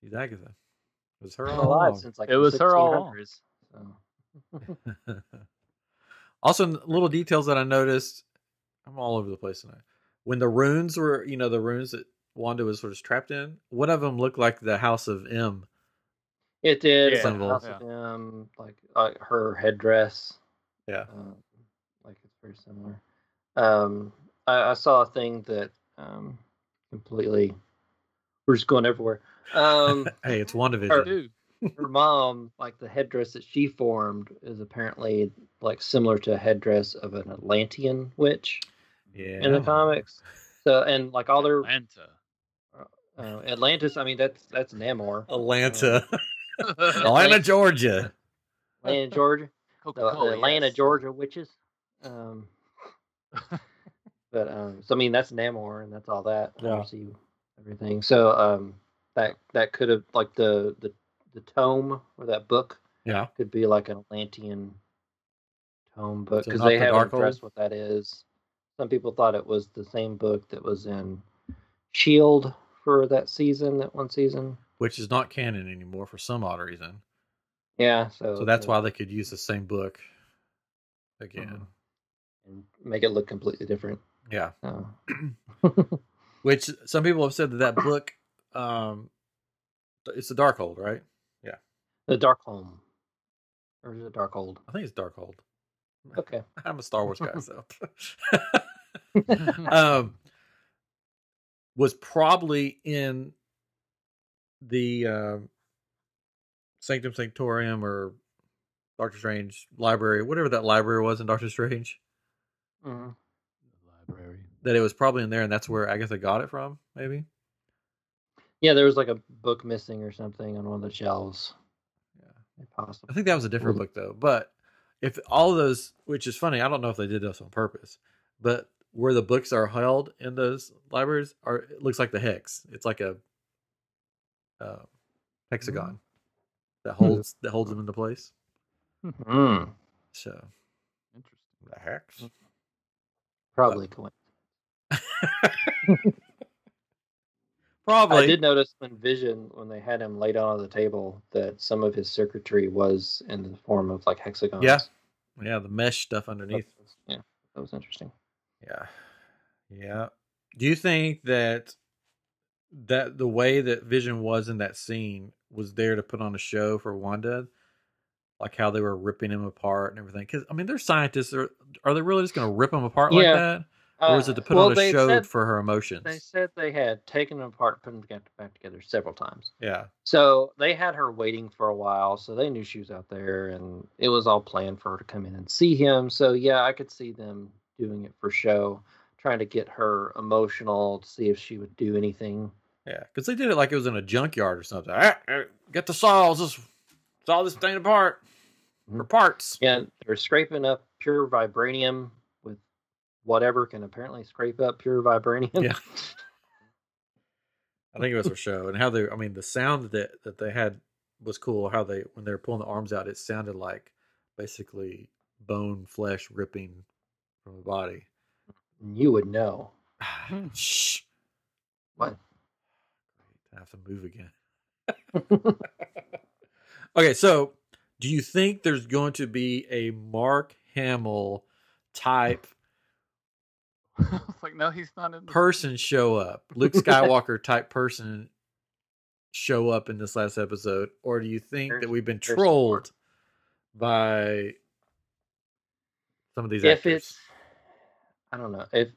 Speaker 1: she's Agatha. It was her
Speaker 2: Been
Speaker 1: all
Speaker 2: alive
Speaker 1: along.
Speaker 2: since like
Speaker 3: It
Speaker 2: the
Speaker 3: was her all along.
Speaker 2: 1600s, so.
Speaker 1: also, n- little details that I noticed. I'm all over the place tonight. When the runes were, you know, the runes that Wanda was sort of trapped in, one of them looked like the House of M.
Speaker 2: It did.
Speaker 3: Yeah.
Speaker 2: It's like
Speaker 1: Symbol.
Speaker 2: House of M, like uh, her headdress.
Speaker 1: Yeah.
Speaker 2: Um, like it's very similar. Um, I, I saw a thing that um, completely. We're just going everywhere. Um,
Speaker 1: hey, it's
Speaker 2: Or-
Speaker 1: WandaVision.
Speaker 3: Dude,
Speaker 2: her mom, like the headdress that she formed, is apparently like similar to a headdress of an Atlantean witch.
Speaker 1: Yeah.
Speaker 2: in the comics. So and like all their
Speaker 3: Atlanta.
Speaker 2: uh, Atlantis, I mean that's that's Namor
Speaker 1: Atlanta,
Speaker 2: Oh.
Speaker 1: Atlanta, Georgia.
Speaker 2: Atlanta, Georgia, the, the
Speaker 1: Oh,
Speaker 3: Coca-Cola,
Speaker 2: Atlanta,
Speaker 3: yes.
Speaker 2: Georgia witches. Um, but um, so I mean that's Namor and that's all that.
Speaker 1: Yeah.
Speaker 2: Obviously, everything. So um, that that could have like the the the tome or that book
Speaker 1: Yeah.
Speaker 2: could be like an Atlantean tome book
Speaker 1: So
Speaker 2: because
Speaker 1: not
Speaker 2: they
Speaker 1: the
Speaker 2: haven't
Speaker 1: Darkhold?
Speaker 2: addressed what that is. Some people thought it was the same book that was in Shield E for that season, that one season.
Speaker 1: Which is not canon anymore for some odd reason.
Speaker 2: Oh, Yeah, so
Speaker 1: So that's why they could use the same book again.
Speaker 2: Mhm. and make it look completely different.
Speaker 1: Yeah.
Speaker 2: Uh,
Speaker 1: Which some people have said that that book, um, it's the Darkhold, right?
Speaker 2: the Dark Home, or is it Dark Old?
Speaker 1: I think it's Darkhold.
Speaker 2: Okay,
Speaker 1: I'm a Star Wars guy, so. um, was probably in the uh, Sanctum Sanctorum or Doctor Strange library, whatever that library was in Doctor Strange,
Speaker 2: Mhm.
Speaker 3: Library.
Speaker 1: that it was probably in there, and that's where Agatha got it from, maybe.
Speaker 2: yeah, there was like a book missing or something on one of the shelves. Yeah,
Speaker 1: I
Speaker 2: possible.
Speaker 1: think that was a different book though. But if all of those, which is funny, I don't know if they did this on purpose, but where the books are held in those libraries are it looks like the hex. It's like a uh, hexagon that holds that holds them into place.
Speaker 2: Mm,
Speaker 1: So
Speaker 3: Interesting.
Speaker 1: the hex.
Speaker 2: probably coincidence.
Speaker 1: Probably.
Speaker 2: I did notice when Vision, when they had him laid out on the table, that some of his circuitry was in the form of like hexagons.
Speaker 1: Yeah, yeah, the mesh stuff
Speaker 2: That
Speaker 1: underneath.
Speaker 2: was- yeah, that was interesting.
Speaker 1: Yeah. Yeah. Do you think that that the way that Vision was in that scene was there to put on a show for Wanda? Like how they were ripping him apart and everything? Cuz I mean, they're scientists are are they really just going to rip him apart like
Speaker 2: Yeah.
Speaker 1: that? Or was
Speaker 2: Uh,
Speaker 1: it to put
Speaker 2: well,
Speaker 1: on a
Speaker 2: they
Speaker 1: show
Speaker 2: said-
Speaker 1: for her
Speaker 2: They
Speaker 1: emotions?
Speaker 2: said they had taken them apart, put them together- back together several times.
Speaker 1: Yeah.
Speaker 2: So they had her waiting for a while, so they knew she was out there, and it was all planned for her to come in and see him. So yeah, I could see them doing it for show, trying to get her emotional to see if she would do anything.
Speaker 1: Yeah, cuz they did it like it was in a junkyard or something. Ah, ah, get the saws, just saw this thing apart for
Speaker 2: Mhm.
Speaker 1: parts.
Speaker 2: Yeah, they're scraping up pure vibranium with whatever can apparently scrape up pure vibranium.
Speaker 1: Yeah. I think it was for show, and how they. I mean, the sound that that they had was cool. How they when they were pulling the arms out, it sounded like basically bone flesh ripping from the body.
Speaker 2: you would know.
Speaker 1: Shh.
Speaker 2: What?
Speaker 1: I have to move again. okay, so do you think there's going to be a Mark Hamill type
Speaker 3: I was like, no, he's not in. The-
Speaker 1: person show up, Luke Skywalker type person show up in this last episode, or do you think that
Speaker 2: There's-
Speaker 1: we've been
Speaker 2: there's some
Speaker 1: trolled by some of these
Speaker 2: if
Speaker 1: actors?
Speaker 2: it's i don't know if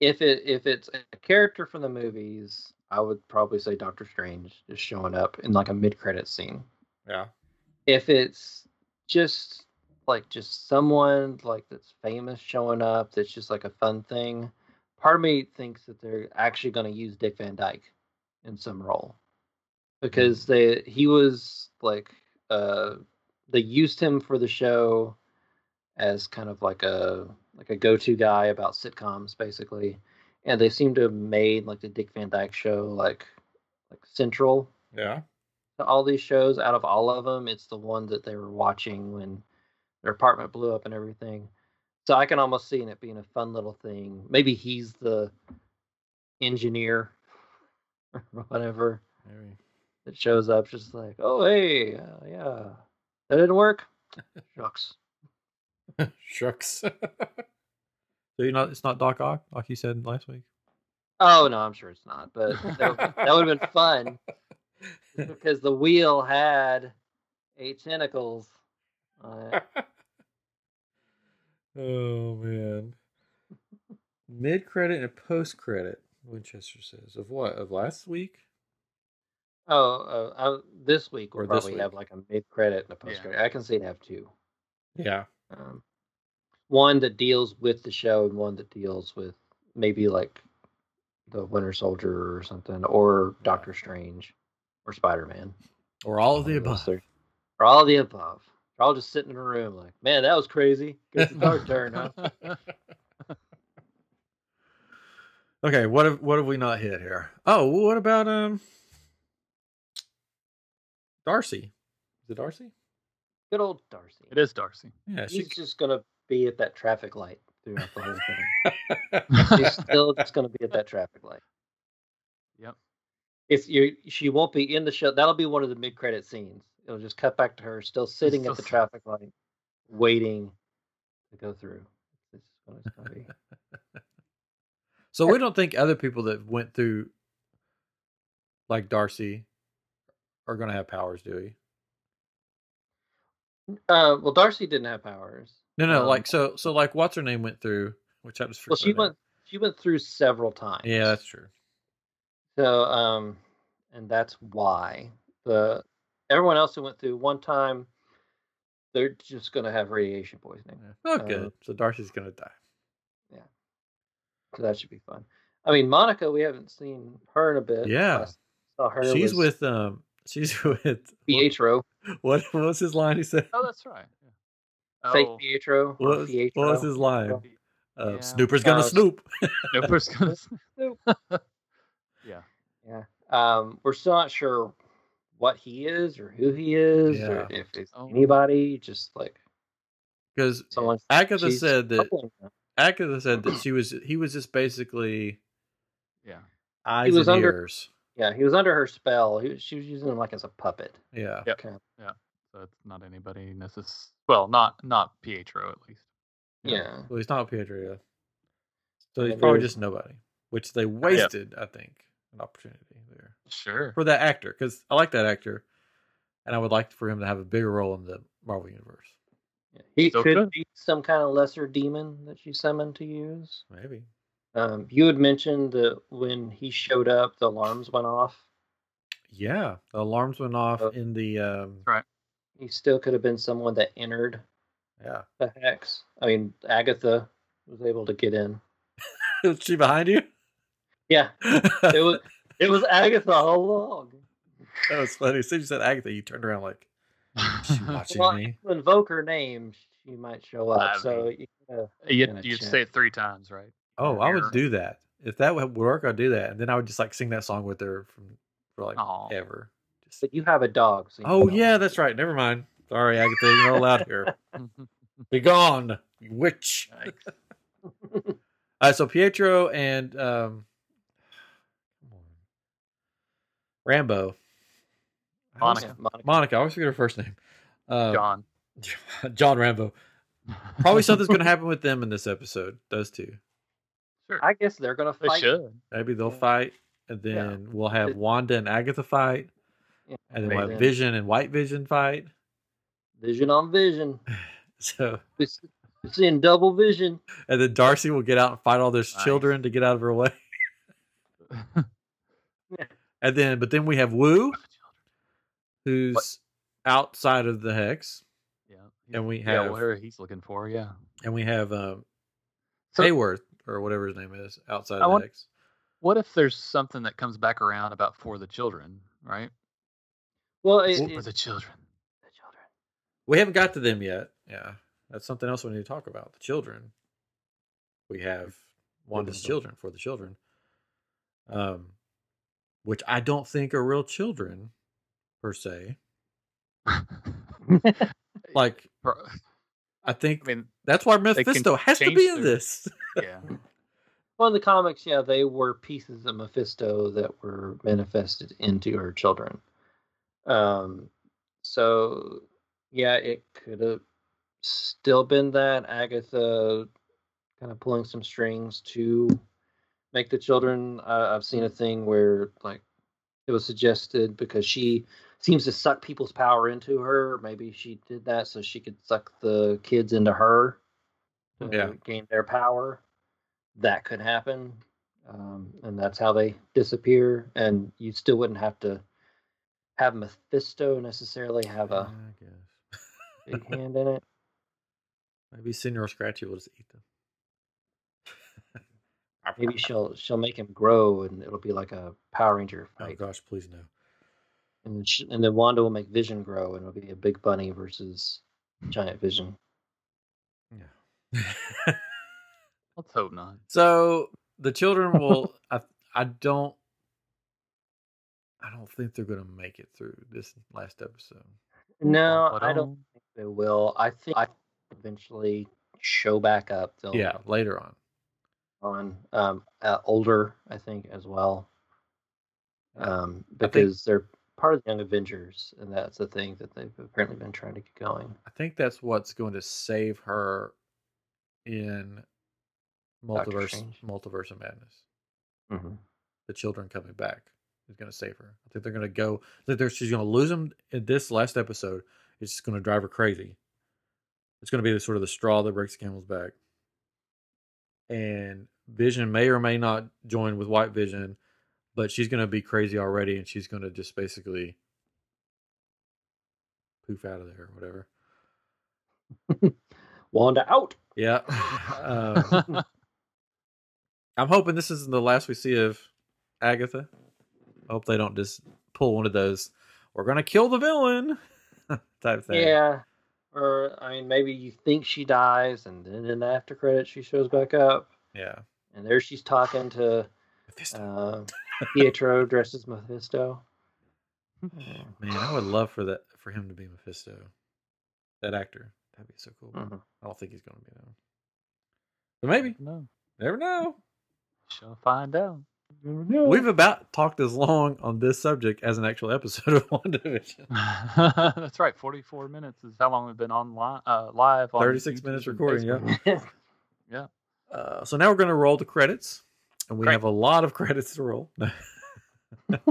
Speaker 2: if it if it's a character from the movies i would probably say doctor strange just showing up in like a mid-credit scene
Speaker 1: yeah,
Speaker 2: if it's just like just someone like that's famous showing up that's just like a fun thing part of me thinks that they're actually going to use dick van dyke in some role
Speaker 1: Hmm.
Speaker 2: because they he was like uh they used him for the show as kind of like a like a go-to guy about sitcoms basically and they seem to have made like the dick van dyke show like like central
Speaker 1: yeah,
Speaker 2: to all these shows out of all of them it's the one that they were watching when their apartment blew up and everything so i can almost see it being a fun little thing maybe he's the engineer or whatever
Speaker 1: maybe.
Speaker 2: that shows up just like oh hey uh, yeah that didn't work shucks
Speaker 1: shucks. so you know, it's not Doc Ock, like you said last week.
Speaker 2: oh no i'm sure it's not but that, that would have been fun because the wheel had eight tentacles on it.
Speaker 1: Oh man. Mid credit and post credit, Winchester says. Of what? Of last week?
Speaker 2: Oh, uh, uh, this week we'll
Speaker 1: Or this
Speaker 2: probably
Speaker 1: week.
Speaker 2: have like a mid credit and a post credit. I can see it have two.
Speaker 1: Yeah.
Speaker 2: Um, one that deals with the show and one that deals with maybe like the Winter Soldier or something, or Doctor Strange, or Spider Man,
Speaker 1: or all of the above.
Speaker 2: or all the above. They're all just sitting in a room, like, man, that was crazy. Goes to dark turn, huh?
Speaker 1: Okay, what have what have we not hit here? Oh, well, what about um Darcy? Is it Darcy?
Speaker 2: Good old Darcy.
Speaker 3: it is Darcy.
Speaker 1: Yeah, she,
Speaker 2: She's just gonna be at that traffic light throughout the whole thing. She's still just gonna be at that traffic light.
Speaker 3: Yep.
Speaker 2: If you, she won't be in the show. That'll be one of the mid-credit scenes. It'll just cut back to her still sitting
Speaker 3: still
Speaker 2: at the
Speaker 3: sit-
Speaker 2: traffic light, waiting to go through. This is what it's gonna be.
Speaker 1: so we don't think other people that went through like Darcy are gonna have powers, do we?
Speaker 2: Uh, well, Darcy didn't have powers.
Speaker 1: No, no,
Speaker 2: Um,
Speaker 1: like so so like what's her name went through, which I just
Speaker 2: Well,
Speaker 1: forgot.
Speaker 2: she
Speaker 1: her name.
Speaker 2: went. She went through several times.
Speaker 1: Yeah, that's true.
Speaker 2: So, um, and that's why the everyone else who went through one time, they're just gonna have radiation poisoning.
Speaker 1: Oh
Speaker 2: Uh,
Speaker 1: good. So Darcy's gonna die.
Speaker 2: So that should be fun. I mean, Monica, we haven't seen her in a bit.
Speaker 1: Yeah.
Speaker 2: Last I saw her.
Speaker 1: She's
Speaker 2: was
Speaker 1: with um she's with
Speaker 2: Pietro,
Speaker 1: what what was his line he said?
Speaker 3: Oh, that's right. Yeah.
Speaker 2: fake
Speaker 3: Oh,
Speaker 2: Pietro. or
Speaker 1: What was,
Speaker 2: Pietro.
Speaker 1: what was his line? Uh,
Speaker 3: Yeah.
Speaker 1: Snooper's gonna
Speaker 2: Uh,
Speaker 1: snoop.
Speaker 3: no person gonna.
Speaker 2: Nope.
Speaker 3: Yeah.
Speaker 2: Yeah. Um, we're still not sure what he is or who he is
Speaker 1: Yeah.
Speaker 2: or if it's
Speaker 3: Oh.
Speaker 2: anybody. Just like
Speaker 1: Because
Speaker 2: someone.
Speaker 1: Agatha
Speaker 2: she's
Speaker 1: said that
Speaker 2: coupling them.
Speaker 1: Agatha said that she was he was just basically
Speaker 3: Yeah.
Speaker 1: eyes
Speaker 2: was
Speaker 1: and
Speaker 2: under-
Speaker 1: ears.
Speaker 2: Yeah, he was under her spell. He was, she was using him like as a puppet.
Speaker 1: Yeah.
Speaker 3: Yep.
Speaker 2: kind of-
Speaker 3: So it's not anybody necess. Well, not not Pietro at least. Yeah.
Speaker 2: yeah.
Speaker 1: Well, he's not Pietro. yeah. So he's
Speaker 2: And
Speaker 1: probably
Speaker 2: there's-
Speaker 1: just nobody, which they wasted, I think, an opportunity there
Speaker 3: Sure.
Speaker 1: for that actor because I like that actor, and I would like for him to have a bigger role in the Marvel universe.
Speaker 2: yeah. He
Speaker 3: Still
Speaker 2: could
Speaker 3: could.
Speaker 2: be some kind of lesser demon that she summoned to use.
Speaker 1: Maybe.
Speaker 2: Um, you had mentioned that when he showed up, the alarms went off.
Speaker 1: Yeah, the alarms went off
Speaker 2: Uh,
Speaker 1: in the um,
Speaker 3: right.
Speaker 2: He still could have been someone that entered
Speaker 1: yeah.
Speaker 2: the hex. I mean, Agatha was able to get in.
Speaker 1: Is she behind you?
Speaker 2: Yeah, it
Speaker 1: that
Speaker 2: was it was Agatha all along.
Speaker 1: was funny. As soon as you said Agatha, you turned around like she watching
Speaker 2: Well,
Speaker 1: me.
Speaker 2: if you invoke her name, she might show up.
Speaker 3: I
Speaker 2: so you know,
Speaker 3: you
Speaker 2: gonna
Speaker 3: you
Speaker 2: check.
Speaker 3: say it three times, right?
Speaker 1: Oh, I would
Speaker 3: Error.
Speaker 1: do that. If that would work, I'd do that. And then I would just like sing that song with her from for like
Speaker 3: Aw.
Speaker 1: ever. Just,
Speaker 2: but you have a dog. So you
Speaker 1: oh
Speaker 2: know.
Speaker 1: yeah, that's right. Never mind. Sorry, Agatha, you're not allowed here.
Speaker 3: Mm-hmm.
Speaker 1: Be gone, you witch.
Speaker 3: Yikes.
Speaker 1: Uh, so Pietro and um Rambo. I always-
Speaker 3: Monica.
Speaker 2: Monica.
Speaker 1: Monica, I always forget her first name. Uh,
Speaker 3: John.
Speaker 1: John Rambo. Probably something's gonna happen with them in this episode. Those two.
Speaker 3: Sure.
Speaker 2: I guess they're gonna
Speaker 3: they
Speaker 2: fight.
Speaker 3: should.
Speaker 1: Maybe they'll
Speaker 2: Yeah.
Speaker 1: fight, and then we'll have
Speaker 2: It-
Speaker 1: Wanda and Agatha fight,
Speaker 2: Yeah.
Speaker 1: and then we'll have
Speaker 2: Amazing.
Speaker 1: Vision and White Vision fight.
Speaker 2: Vision on vision.
Speaker 1: So,
Speaker 2: We're seeing double vision.
Speaker 1: and then Darcy will get out and fight all those
Speaker 3: Nice.
Speaker 1: children to get out of her way.
Speaker 2: Yeah.
Speaker 1: And then, but then we have Wu, who's outside of the hex,
Speaker 3: Yeah.
Speaker 1: and we
Speaker 3: yeah,
Speaker 1: have-
Speaker 3: whatever he's looking for. Yeah.
Speaker 1: and we have um,
Speaker 3: So-
Speaker 1: Hayworth or whatever his name is outside
Speaker 3: I
Speaker 1: of
Speaker 3: want-
Speaker 1: the hex.
Speaker 3: What if there's something that comes back around about for the children, right?
Speaker 2: Well, it,
Speaker 1: Ooh,
Speaker 2: it-
Speaker 3: For the children.
Speaker 2: the children.
Speaker 1: We haven't got to them yet. Yeah, that's something else we need to talk about. The children. We have Wanda's
Speaker 3: Children.
Speaker 1: children for the children, um, which I don't think are real children, per se. Like
Speaker 3: Pro-
Speaker 1: I
Speaker 3: I
Speaker 1: think
Speaker 3: mean,
Speaker 1: that's why
Speaker 3: can
Speaker 1: Mephisto has to
Speaker 3: change
Speaker 1: be in
Speaker 3: their-
Speaker 1: this.
Speaker 3: yeah.
Speaker 2: Well, in the comics, yeah, they were pieces of Mephisto that were manifested into her children. Um, so yeah, it could have still been that Agatha kind of pulling some strings to make the children. Uh, I've seen a thing where like it was suggested because she seems to suck people's power into her. Maybe she did that so she could suck the kids into her to
Speaker 1: Yeah.
Speaker 2: gain their power. That could happen. Um, and that's how they disappear. And you still wouldn't have to have Mephisto necessarily have a
Speaker 1: I guess.
Speaker 2: big hand in it.
Speaker 1: Maybe Senor Scratchy will just eat them.
Speaker 2: Maybe she'll she'll make him grow, and it'll be like a Power Ranger
Speaker 1: Oh
Speaker 2: fight.
Speaker 1: gosh, please no.
Speaker 2: and then sh- and then Wanda will make Vision grow, and it'll be a big bunny versus giant Vision.
Speaker 1: Yeah.
Speaker 3: Let's hope not.
Speaker 1: so the children will. I I don't. I don't think they're gonna make it through this last episode.
Speaker 2: No,
Speaker 3: Bum,
Speaker 2: I don't
Speaker 3: ba-dum.
Speaker 2: think they will. I think I eventually show back up. They'll
Speaker 1: Yeah, later on.
Speaker 2: on um, uh, older, I think, as well, um,
Speaker 1: think-
Speaker 2: because they're part of the Young Avengers, and that's the thing that they've apparently been trying to get going.
Speaker 1: I think that's what's going to save her in multiverse
Speaker 2: Strange.
Speaker 1: multiverse of madness. Mm-hmm. The children coming back is going to save her. I think they're going to go. I think they're, she's going to lose them in this last episode. It's just going to drive her crazy. It's going to be the sort of the straw that breaks the camel's back. And Vision may or may not join with White Vision, but she's going to be crazy already, and she's going to just basically poof out of there or whatever.
Speaker 2: Wanda out.
Speaker 1: Yeah. um, I'm hoping this isn't the last we see of Agatha. I hope they don't just pull one of those "we're gonna kill the villain" type thing.
Speaker 2: Yeah, or I mean, maybe you think she dies, and then in the after credit, she shows back up,
Speaker 1: yeah.
Speaker 2: and there she's talking to
Speaker 1: Mephisto.
Speaker 2: uh, Pietro dressed as Mephisto.
Speaker 1: Man, I would love for that for him to be Mephisto. That actor, that'd be so cool.
Speaker 2: Mhm.
Speaker 1: I don't think he's gonna be though. But maybe,
Speaker 2: Hmm.
Speaker 3: No.
Speaker 1: never know.
Speaker 3: Shall find out.
Speaker 2: Never know.
Speaker 1: We've about talked as long on this subject as an actual episode of WandaVision.
Speaker 3: That's right. 44 minutes is how long we've been on li- uh, live. On
Speaker 1: 36 minutes
Speaker 3: YouTube and
Speaker 1: recording, yeah.
Speaker 3: Facebook.
Speaker 1: Uh, so now we're going to roll the credits, and we
Speaker 3: Great.
Speaker 1: have a lot of credits to roll. There's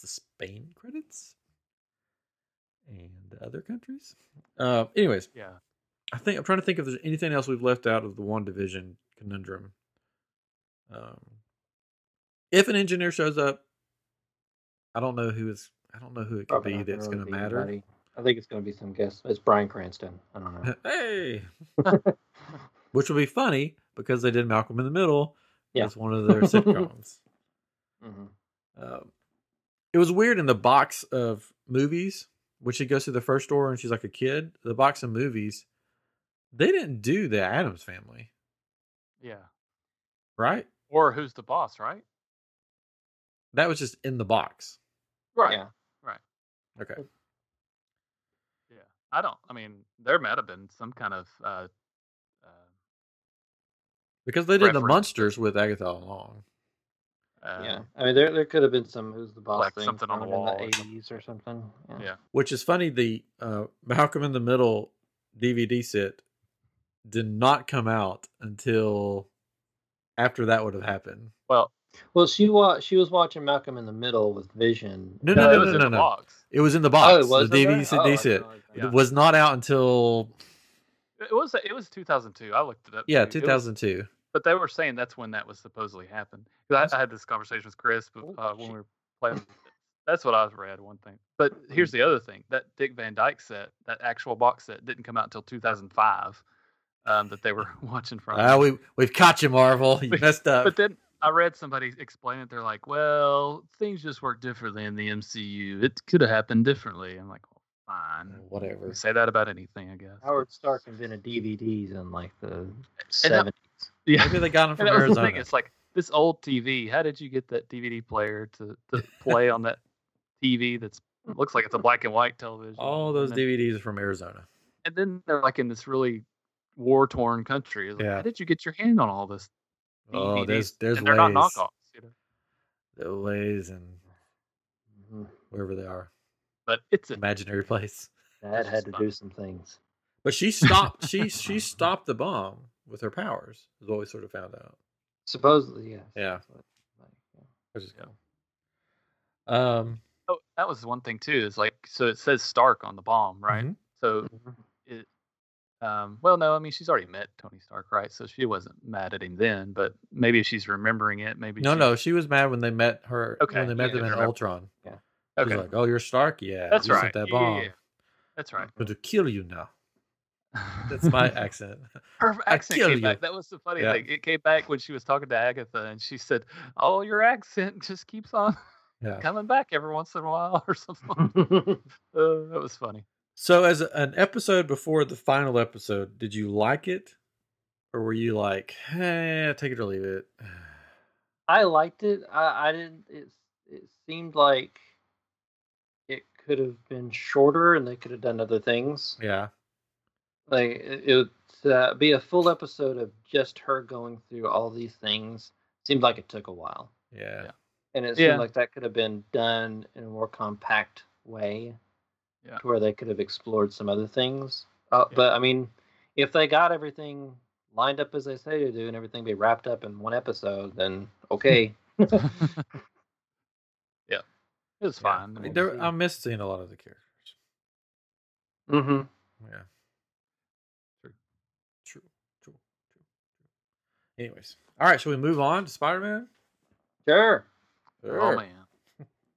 Speaker 1: the Spain credits and the other countries. Uh, anyways,
Speaker 3: Yeah.
Speaker 1: I think I'm trying to think if there's anything else we've left out of the one division conundrum. Um, if an engineer shows up, I don't know who is. I don't know who it could
Speaker 2: Probably
Speaker 1: be
Speaker 2: not gonna
Speaker 1: that's
Speaker 2: really
Speaker 1: going to
Speaker 2: be
Speaker 1: matter.
Speaker 2: anybody. I think it's going to be some guest. It's Brian Cranston. I don't know.
Speaker 1: hey, which will be funny because they did Malcolm in the Middle.
Speaker 2: Yeah.
Speaker 1: as one of their sitcoms.
Speaker 2: Mhm.
Speaker 1: Um, it was weird in the box of movies when she goes to the first door and she's like a kid. The box of movies, they didn't do the Adams Family,
Speaker 3: Yeah.
Speaker 1: right?
Speaker 3: Or who's the boss, right?
Speaker 1: That was just in the box.
Speaker 3: Right.
Speaker 2: Yeah.
Speaker 1: Okay,
Speaker 3: I don't. I mean, there might have been some kind of. Uh, uh,
Speaker 1: because they did the
Speaker 3: Reference.
Speaker 1: Munsters with Agatha all along.
Speaker 3: uh,
Speaker 2: yeah. I mean, there there could have been some who's the boss
Speaker 3: Like
Speaker 2: thing
Speaker 3: something on the
Speaker 2: going
Speaker 3: wall
Speaker 2: in
Speaker 3: or
Speaker 2: the
Speaker 3: something.
Speaker 2: eighties or something.
Speaker 3: Yeah.
Speaker 1: Which is funny. The uh, Malcolm in the Middle DVD set did not come out until after that would have happened.
Speaker 3: Well,
Speaker 2: Well, she wa- she was watching Malcolm in the Middle with Vision.
Speaker 1: No, no,
Speaker 3: it
Speaker 1: no,
Speaker 3: was
Speaker 1: no,
Speaker 3: in
Speaker 1: no,
Speaker 3: the
Speaker 1: no.
Speaker 3: box.
Speaker 1: It was in the
Speaker 2: Oh,
Speaker 1: box.
Speaker 2: it was
Speaker 1: the
Speaker 2: okay?
Speaker 1: DVD set.
Speaker 2: Oh, I
Speaker 1: DVD set.
Speaker 2: didn't realize that.
Speaker 3: Yeah.
Speaker 1: was not out until
Speaker 3: It was. It was 2002. I looked it up.
Speaker 1: yeah
Speaker 3: too. It was-
Speaker 1: 2002
Speaker 3: But they were saying that's when that was supposedly happened. 'Cause I, I had this conversation with Chris bef-
Speaker 2: Oh,
Speaker 3: uh, when
Speaker 2: shit. Hmm.
Speaker 3: we were playing. that's what I read. One thing. But here's the other thing: that Dick Van Dyke set, that actual box set, didn't come out until 2005. Um, that they were watching from.
Speaker 1: Ah, we we've caught you marvel you
Speaker 3: But-
Speaker 1: messed up
Speaker 3: But then I read somebody explain it. They're like, "Well, things just work differently in the MCU. It could have happened differently." I'm like, well, "Fine,
Speaker 2: Mm,
Speaker 3: You
Speaker 1: whatever
Speaker 3: can say that about anything, I guess."
Speaker 2: Howard Stark invented DVDs in like the
Speaker 3: And that-
Speaker 2: seventies.
Speaker 3: yeah.
Speaker 1: maybe they got him
Speaker 3: And
Speaker 1: from
Speaker 3: that was the
Speaker 1: arizona
Speaker 3: thing. It's like this old TV. How did you get that DVD player to, to play on that TV that's looks like it's a black and white television?
Speaker 1: all those
Speaker 3: and then,
Speaker 1: dvds are from arizona
Speaker 3: and then they're like in this really war torn country. It's like,
Speaker 1: Yeah.
Speaker 3: How did you get your hand on all this?
Speaker 1: oh there's
Speaker 3: DVDs?
Speaker 1: there's
Speaker 3: and they're
Speaker 1: ways
Speaker 3: not knockoffs. You know?
Speaker 1: There are ways and
Speaker 2: Mhm.
Speaker 1: wherever they are
Speaker 3: But it's a
Speaker 1: imaginary place
Speaker 2: That had to
Speaker 3: fun.
Speaker 2: do some things.
Speaker 1: but she stopped she she stopped the bomb with her powers is what we sort of found out
Speaker 2: Supposedly, yes.
Speaker 1: Yeah.
Speaker 2: That's what- like, yeah.
Speaker 1: which is
Speaker 3: Yeah.
Speaker 1: cool um
Speaker 3: Oh, that was one thing too. Is like so it says Stark on the bomb, right?
Speaker 1: mhm.
Speaker 3: So it, um, well, no, I mean she's already met Tony Stark, right? So she wasn't mad at him then, but maybe if she's remembering it, maybe
Speaker 1: no
Speaker 3: she-
Speaker 1: no she was mad when they met her
Speaker 3: Okay,
Speaker 1: when they met
Speaker 3: yeah,
Speaker 1: them in
Speaker 3: I remember.
Speaker 1: ultron
Speaker 3: Okay,
Speaker 1: she's like oh you're stark yeah
Speaker 3: that's
Speaker 1: you
Speaker 3: right.
Speaker 1: sent that
Speaker 3: Yeah, yeah,
Speaker 1: bomb
Speaker 3: yeah. That's right.
Speaker 1: but to kill you now That's my accent.
Speaker 3: Her
Speaker 1: I
Speaker 3: accent
Speaker 1: kill
Speaker 3: came
Speaker 1: you.
Speaker 3: back. That was the funny
Speaker 1: Yeah.
Speaker 3: thing. It came back when she was talking to Agatha, and she said, "Oh, your accent just keeps on
Speaker 1: Yeah.
Speaker 3: coming back every once in a while, or something." like
Speaker 2: Mm-hmm.
Speaker 1: Mm-hmm.
Speaker 3: that. Uh, that was funny.
Speaker 1: So, as a- an episode before the final episode, did you like it, or were you like, "Hey, take it or leave it"?
Speaker 2: I liked it. I, I didn't. It it seemed like it could have been shorter, and they could have done other things.
Speaker 1: Yeah.
Speaker 2: Like it, it would uh, be a full episode of just her going through all these things. Seemed like it took a while,
Speaker 1: Yeah.
Speaker 3: Yeah.
Speaker 2: and it
Speaker 3: Yeah.
Speaker 2: seemed like that could have been done in a more compact way,
Speaker 3: Yeah.
Speaker 2: to where they could have explored some other things. Uh,
Speaker 3: Yeah.
Speaker 2: But I mean, if they got everything lined up as they say to do, and everything be wrapped up in one episode, then
Speaker 3: Hmm.
Speaker 2: okay.
Speaker 3: yeah, it was
Speaker 1: Yeah.
Speaker 3: fine.
Speaker 1: I,
Speaker 3: I
Speaker 1: mean,
Speaker 3: mean,
Speaker 1: there, um, I missed seeing a lot of the characters.
Speaker 2: mm-hmm.
Speaker 1: Yeah.
Speaker 3: True.
Speaker 1: True. True. True. Anyways, all right. Shall we move on to Spider Man?
Speaker 2: Sure.
Speaker 3: oh man,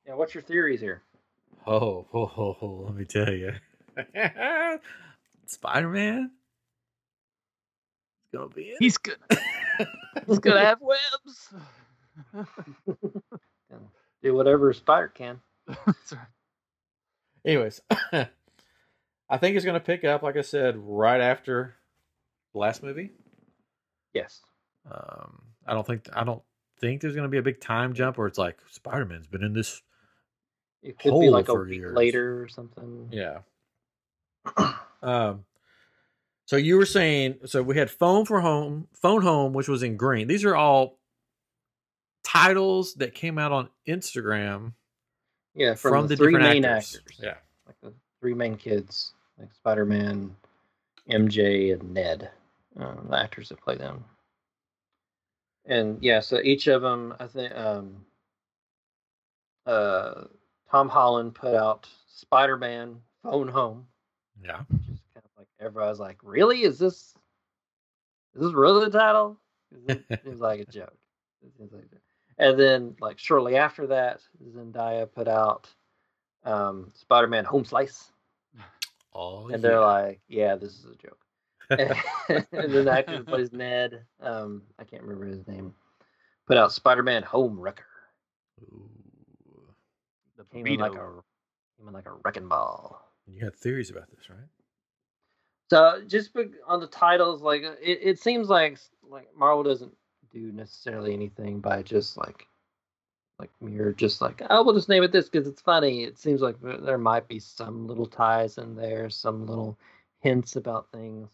Speaker 2: Yeah, what's your theories here?
Speaker 1: Oh, ho, ho, ho, let me tell you. Spider Man? Gonna be it.
Speaker 3: he's gonna he's gonna have webs.
Speaker 2: Do whatever a spider can.
Speaker 3: That's right.
Speaker 1: Anyways, I think it's gonna pick up, like I said, right after the last movie.
Speaker 2: Yes.
Speaker 1: Um, I don't think I don't think there's gonna be a big time jump where it's like Spider Man's been in this.
Speaker 2: It could
Speaker 1: Hole
Speaker 2: be like a
Speaker 1: for
Speaker 2: week
Speaker 1: years.
Speaker 2: later or something.
Speaker 1: Yeah. um. So you were saying so we had phone for home, phone home, which was in green. These are all titles that came out on Instagram
Speaker 2: Yeah, from, the, three
Speaker 1: different
Speaker 2: main
Speaker 1: actors.
Speaker 2: actors.
Speaker 1: Yeah.
Speaker 2: Like the three main kids, like Spider Man, MJ, and Ned, um, the actors that play them. And yeah, so each of them, I think, um, uh, Tom Holland put out Spider Man Phone Home.
Speaker 1: Yeah.
Speaker 2: just kind of like everybody's like, really? Is this is this really the title? Is It it was like a joke. It seems like a joke. And then like shortly after that, Zendaya put out um, Spider-Man Home Slice,
Speaker 1: Oh,
Speaker 2: and they're like, yeah, this is a joke. and then the actor who plays Ned, um, I can't remember his name, put out Spider-Man Home Wrecker.
Speaker 1: Ooh.
Speaker 3: The
Speaker 2: Came in like
Speaker 3: burrito.
Speaker 2: a came in like a wrecking ball.
Speaker 1: You had theories about this, right?
Speaker 2: So just be- on the titles, like uh, it, it seems like like Marvel doesn't do necessarily anything by just like like mere just like oh we'll just name it this because it's funny. It seems like there there might be some little ties in there, some little hints about things.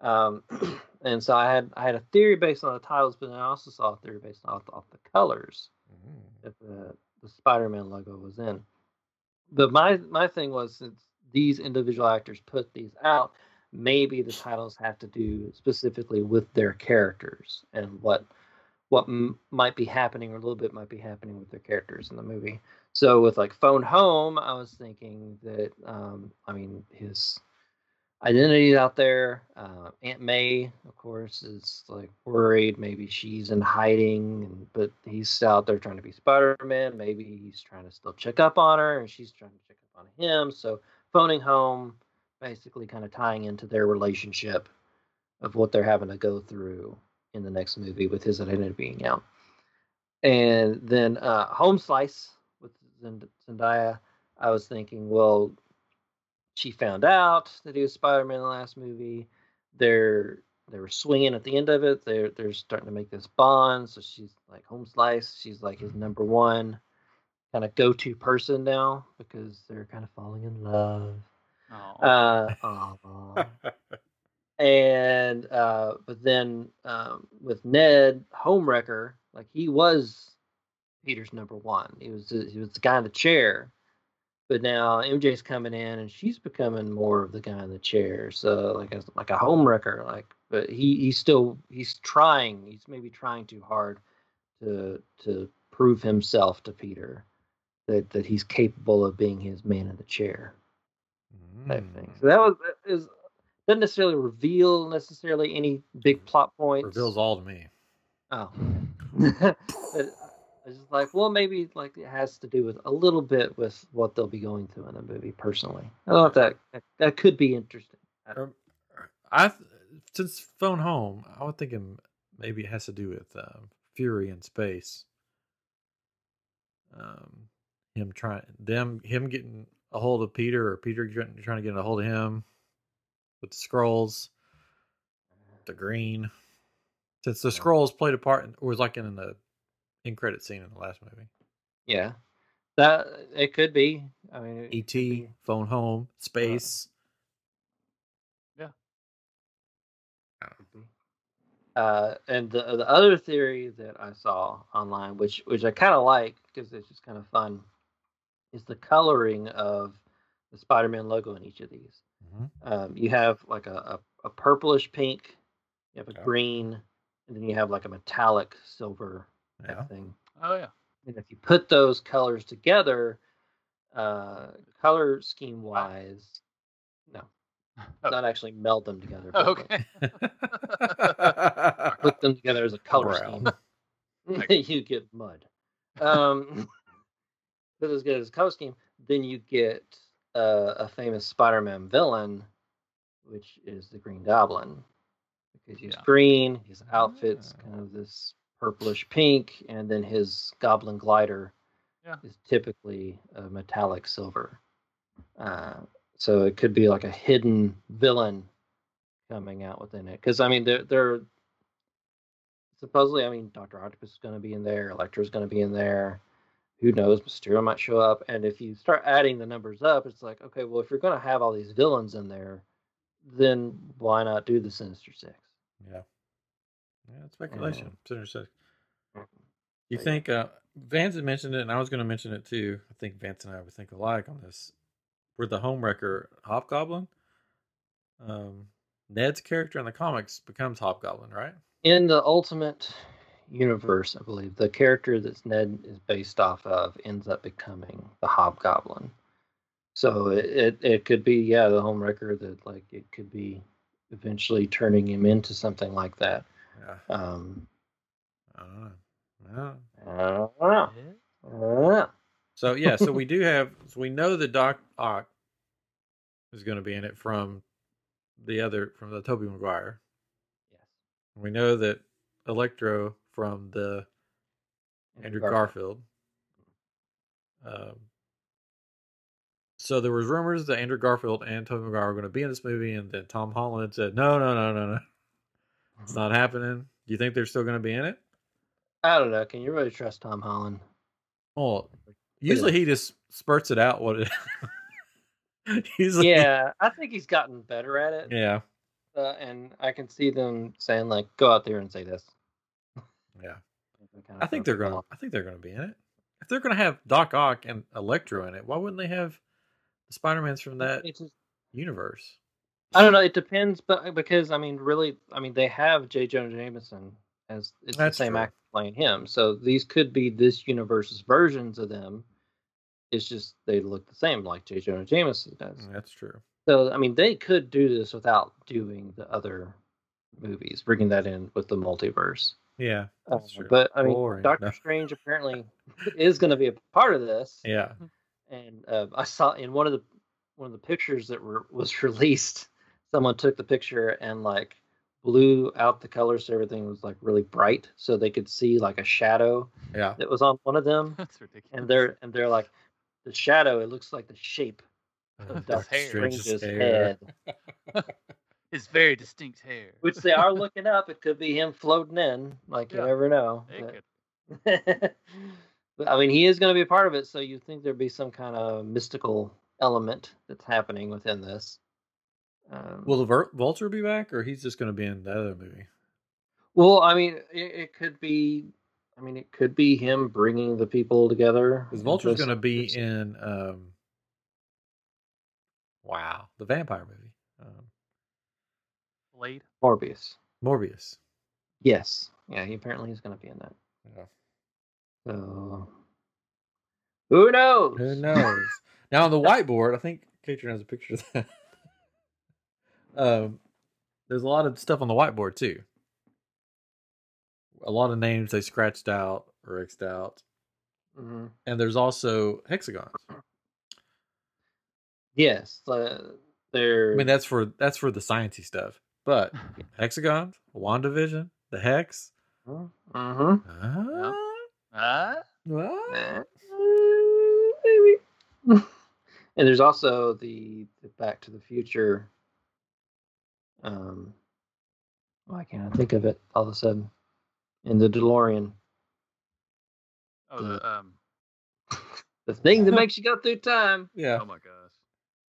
Speaker 2: Um, and so I had I had a theory based on the titles, but then I also saw a theory based off off the colors that the, the Spider-Man logo was in. But my my thing was since these individual actors put these out, maybe the titles have to do specifically with their characters and what what m- might be happening or a little bit might be happening with their characters in the movie. So with like Phone Home, I was thinking that um, I mean his identity is out there. Uh, Aunt May, of course, is like worried. Maybe she's in hiding, and, but he's out there trying to be Spider Man. Maybe he's trying to still check up on her, and she's trying to check up on him. So phoning home, basically, kind of tying into their relationship of what they're having to go through in the next movie with his identity being out. And then uh, Home Slice with Zend- Zendaya, I was thinking, well, she found out that he was Spider-Man in the last movie. They're they were swinging at the end of it. They're they're starting to make this bond. So she's like home slice. She's like his number one kind of go-to person now because they're kind of falling in love.
Speaker 3: Aw.
Speaker 2: Uh, aw. and uh, but then um, with Ned Homewrecker, like he was Peter's number one. He was uh, he was the guy in the chair, but now MJ's coming in and she's becoming more of the guy in the chair. So like a, like a homewrecker, like but he he's still he's trying. He's maybe trying too hard to to prove himself to Peter that that he's capable of being his man in the chair type thing.
Speaker 1: Hmm.
Speaker 2: So that was that is doesn't necessarily reveal necessarily any big plot points.
Speaker 1: Mm. Reveals all to me.
Speaker 2: Oh, but I was just like, well, maybe like it has to do with a little bit with what they'll be going through in the movie personally. I thought that that, that could be interesting.
Speaker 1: Um, I th- since phone home, I would think um, maybe it has to do with um, Fury in space. Um, him trying them him getting a hold of Peter or Peter trying trying to get a hold of him with the scrolls, the green. Since the scrolls played a part, in- or was like in the in credit scene in the last movie.
Speaker 2: Yeah, that it could be. I mean, it could
Speaker 1: E.T.
Speaker 2: be.
Speaker 1: phone home space.
Speaker 2: Uh, and the the other theory that I saw online, which which I kind of like because it's just kind of fun, is the coloring of the Spider-Man logo in each of these.
Speaker 1: Mhm.
Speaker 2: Um, you have like a, a, a purplish pink, you have a
Speaker 1: Yeah.
Speaker 2: green, and then you have like a metallic silver type
Speaker 1: Yeah.
Speaker 2: thing.
Speaker 3: Oh yeah.
Speaker 2: And if you put those colors together, uh, color scheme wise,
Speaker 3: Oh,
Speaker 2: not actually meld them together. but
Speaker 3: oh, okay.
Speaker 2: Put them together as a color
Speaker 1: Brown.
Speaker 2: scheme. you get mud. Um, but as good as color scheme, then you get uh, a famous Spider-Man villain, which is the Green Goblin, because he's
Speaker 3: Yeah.
Speaker 2: green. His outfit's
Speaker 3: Ah.
Speaker 2: kind of this purplish pink, and then his Goblin glider
Speaker 3: Yeah.
Speaker 2: is typically a metallic silver. Uh, so it could be like a hidden villain coming out within it. Because I mean, they're they're supposedly, I mean, Doctor Octopus is going to be in there, Electra's going to be in there. Who knows? Mysterio might show up, and if you start adding the numbers up, it's like, okay, well, if you're going to have all these villains in there, then why not do the Sinister Six?
Speaker 1: Yeah. Yeah, it's speculation. Senator Six.
Speaker 2: Mhm.
Speaker 1: You
Speaker 2: Um, But yeah.
Speaker 1: think uh, Vance had mentioned it, and I was going to mention it too. I think Vance and I would think alike on this. Were the homewrecker Hobgoblin? Um, Ned's character in the comics becomes Hobgoblin, right?
Speaker 2: In the Ultimate Universe, I believe the character that Ned is based off of ends up becoming the Hobgoblin. So it, it, it could be yeah the homewrecker that like it could be eventually turning him into something like that.
Speaker 1: Yeah.
Speaker 2: Um,
Speaker 1: I don't know. I don't know.
Speaker 2: I don't know. I don't know.
Speaker 1: So yeah, so we do have. So we know that Doc Ock is going to be in it from the other from the Toby Maguire.
Speaker 2: Yes.
Speaker 1: We know that Electro from the Andrew Garfield. Um, so there was rumors that Andrew Garfield and Tobey Maguire were going to be in this movie, and then Tom Holland said, "No, no, no, no, no, it's not happening." Do you think they're still going to be in it?
Speaker 2: I don't know. Can you really trust Tom Holland?
Speaker 1: Well, usually he just spurts it out. What? It, usually,
Speaker 2: yeah, I think he's gotten better at it.
Speaker 1: yeah,
Speaker 2: Uh, and I can see them saying like, "Go out there and say this."
Speaker 1: yeah.
Speaker 2: They kinda
Speaker 1: I think they're
Speaker 2: throw
Speaker 1: going. to
Speaker 2: people
Speaker 1: I think they're going to be in it. If they're going to have Doc Ock and Electro in it, why wouldn't they have the Spider Mans from
Speaker 2: off.
Speaker 1: that
Speaker 2: It's just-
Speaker 1: universe?
Speaker 2: I don't know. It depends, but uh, because I mean, really, I mean, they have J. Jonah Jameson as it's
Speaker 1: That's
Speaker 2: the same
Speaker 1: true.
Speaker 2: actor playing him, so these could be this universe's versions of them. It's just they look the same, like J. Jonah Jameson does.
Speaker 1: Mm, That's true.
Speaker 2: So I mean, they could do this without doing the other movies, bringing that in with the multiverse.
Speaker 1: Yeah,
Speaker 2: Uh,
Speaker 1: that's true.
Speaker 2: but I mean,
Speaker 1: Boring.
Speaker 2: Doctor
Speaker 1: No.
Speaker 2: Strange apparently is going to be a part of this,
Speaker 1: Yeah.
Speaker 2: and uh, I saw in one of the one of the pictures that were was released, someone took the picture and like blew out the colors so everything was like really bright, so they could see like a shadow
Speaker 1: Yeah.
Speaker 2: that was on one of them,
Speaker 3: That's ridiculous.
Speaker 2: and they're and they're like the shadow. It looks like the shape
Speaker 1: Uh,
Speaker 2: of Doctor
Speaker 3: hair.
Speaker 1: Strange's
Speaker 2: Strange's
Speaker 1: hair.
Speaker 2: head.
Speaker 3: It's very distinct hair.
Speaker 2: which they are looking up. It could be him floating in. Like you
Speaker 3: Yeah.
Speaker 2: never know.
Speaker 3: It could-
Speaker 2: But, but, I mean, he is going to be a part of it, so you think there'd be some kind of mystical element that's happening within this. Um,
Speaker 1: Will the Ver- Vulture be back, or he's just going to be in the other movie?
Speaker 2: well, I mean, it, it could be. I mean, it could be him bringing the people together.
Speaker 1: Because Vulture's
Speaker 2: Just-
Speaker 1: going to be
Speaker 2: just-
Speaker 1: in. um Wow, the vampire movie, um,
Speaker 3: Blade.
Speaker 2: Morbius.
Speaker 1: Morbius.
Speaker 2: Yes. Yeah, he apparently is going to be in that.
Speaker 1: Yeah.
Speaker 2: So, who knows?
Speaker 1: Who knows? now on the whiteboard, I think Katrin has a picture of that. um, there's a lot of stuff on the whiteboard too. A lot of names they scratched out or xed out,
Speaker 2: Mhm.
Speaker 1: and there's also hexagons.
Speaker 2: Yes, uh,
Speaker 1: I
Speaker 2: they're. uh,
Speaker 1: mean, that's for that's for the sciency stuff. But Hexagon, WandaVision, the Hex.
Speaker 2: Mm-hmm.
Speaker 1: Ah,
Speaker 3: Uh,
Speaker 1: ah.
Speaker 2: Maybe. and there's also the, the Back to the Future. Um, why can't I think of it all of a sudden? In the DeLorean,
Speaker 3: oh, the, um,
Speaker 2: the thing that makes you go through time.
Speaker 1: Yeah.
Speaker 3: oh my gosh.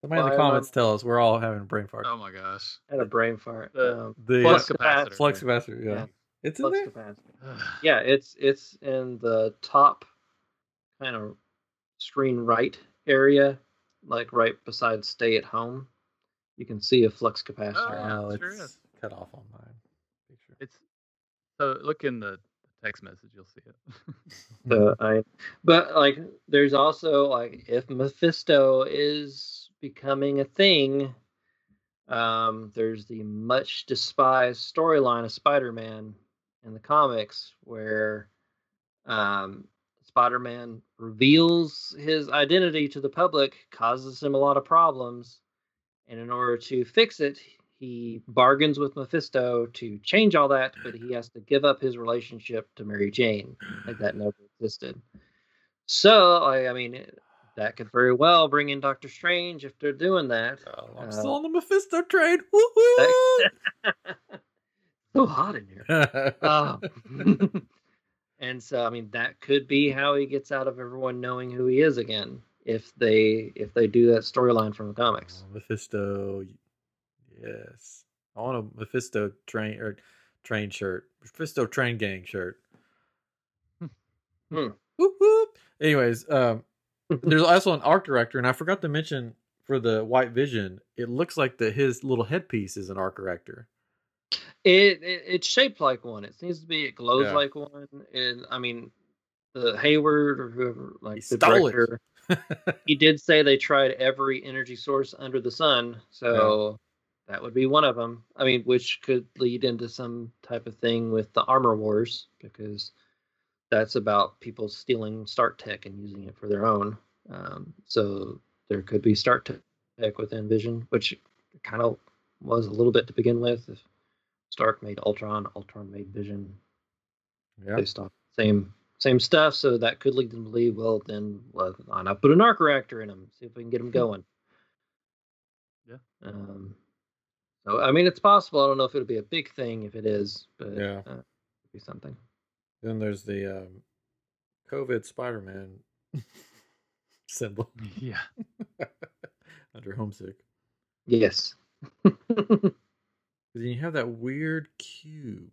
Speaker 1: Somebody in the
Speaker 2: Fire
Speaker 1: comments
Speaker 2: alarm.
Speaker 1: tell us we're all having brain farts.
Speaker 3: Oh my gosh.
Speaker 2: I had a brain fart.
Speaker 3: The-
Speaker 2: um,
Speaker 1: the
Speaker 3: Flux
Speaker 2: Yeah.
Speaker 3: capacitor.
Speaker 1: flux capacitor. Yeah.
Speaker 2: Yeah.
Speaker 1: It's in
Speaker 2: flux
Speaker 1: there.
Speaker 2: capacitor. Yeah, it's it's in the top kind of screen right area, like right beside stay at home. You can see a flux capacitor.
Speaker 3: Oh, yeah,
Speaker 1: oh,
Speaker 3: it sure
Speaker 1: it's
Speaker 3: is.
Speaker 1: cut off on mine. Picture.
Speaker 3: It's so look in the text message, you'll see it.
Speaker 2: So I, but like, there's also like, if Mephisto is becoming a thing, um, there's the much despised storyline of Spider-Man in the comics where, um, Spider-Man reveals his identity to the public, causes him a lot of problems, and in order to fix it, he bargains with Mephisto to change all that, but he has to give up his relationship to Mary Jane like that never existed. So I, I mean, it- that could very well bring in Doctor Strange if they're doing that.
Speaker 1: Oh, I'm
Speaker 2: Uh,
Speaker 1: still on the Mephisto train. Woohoo!
Speaker 2: So hot in here. Um, and so I mean, that could be how he gets out of everyone knowing who he is again if they if they do that storyline from the comics.
Speaker 1: Uh, Mephisto. Yes. I want a Mephisto train or train shirt. Mephisto train gang shirt.
Speaker 2: Hmm.
Speaker 1: Whoop, whoop. Anyways, um, there's also an art director, and I forgot to mention for the White Vision, it looks like that his little headpiece is an art director.
Speaker 2: It, it it's shaped like one. It seems to be. It glows
Speaker 1: Yeah.
Speaker 2: like one. And I mean, the Hayward or whoever, like
Speaker 1: He
Speaker 2: the
Speaker 1: stole it.
Speaker 2: director, he did say they tried every energy source under the sun, so that would be one of them. I mean, which could lead into some type of thing with the armor wars because that's about people stealing Stark tech and using it for their own. Um, so there could be Stark te- tech within Vision, which kind of was a little bit to begin with. If Stark made Ultron, Ultron made Vision,
Speaker 1: yeah.
Speaker 2: based off same same stuff. So that could lead them to believe, well, then well, why not put an arc reactor in them? See if we can get
Speaker 1: Hmm.
Speaker 2: them going.
Speaker 3: Yeah.
Speaker 2: Um, so I mean, it's possible. I don't know if it'll be a big thing. If it is, but
Speaker 1: Yeah.
Speaker 2: uh, it'd be something.
Speaker 1: Then there's the um, COVID Spider Man symbol
Speaker 3: yeah.
Speaker 1: under homesick.
Speaker 2: Yes.
Speaker 1: Then you have that weird cube.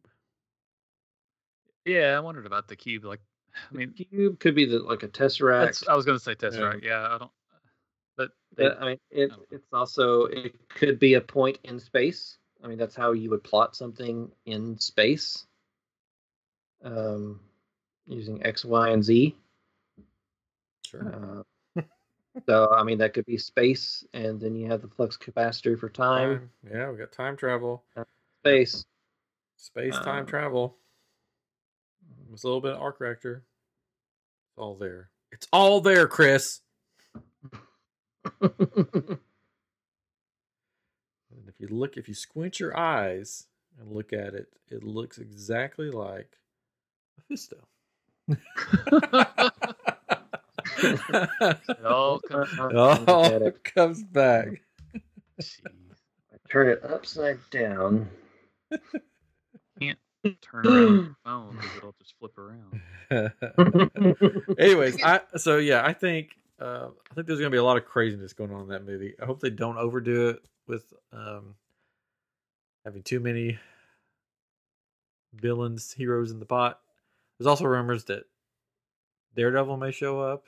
Speaker 3: Yeah, I wondered about the cube. Like, I mean,
Speaker 2: Cube could be the, like a tesseract.
Speaker 3: that's, I was going to say Tesseract. Yeah, I don't. But they,
Speaker 2: But, I mean, it,
Speaker 3: Oh.
Speaker 2: it's also it could be a point in space. I mean, that's how you would plot something in space, um, using x, y, and z.
Speaker 1: Sure.
Speaker 2: Uh, so I mean, that could be space, and then you have the flux capacitor for time,
Speaker 1: Time. Yeah, we got time travel,
Speaker 2: space.
Speaker 1: space time
Speaker 2: Um,
Speaker 1: travel. It's a little bit of arc reactor. It's all there. It's all there, Chris. And if you look, if you squint your eyes and look at it, it looks exactly like Mephisto.
Speaker 3: it all comes.
Speaker 1: it all
Speaker 2: Pathetic.
Speaker 1: comes back.
Speaker 3: Jeez.
Speaker 2: Turn it upside down.
Speaker 3: Turn around your phone because it'll just flip around.
Speaker 1: Anyways, I so yeah, I think uh, I think there's gonna be a lot of craziness going on in that movie. I hope they don't overdo it with um, having too many villains, heroes in the pot. There's also rumors that Daredevil may show up.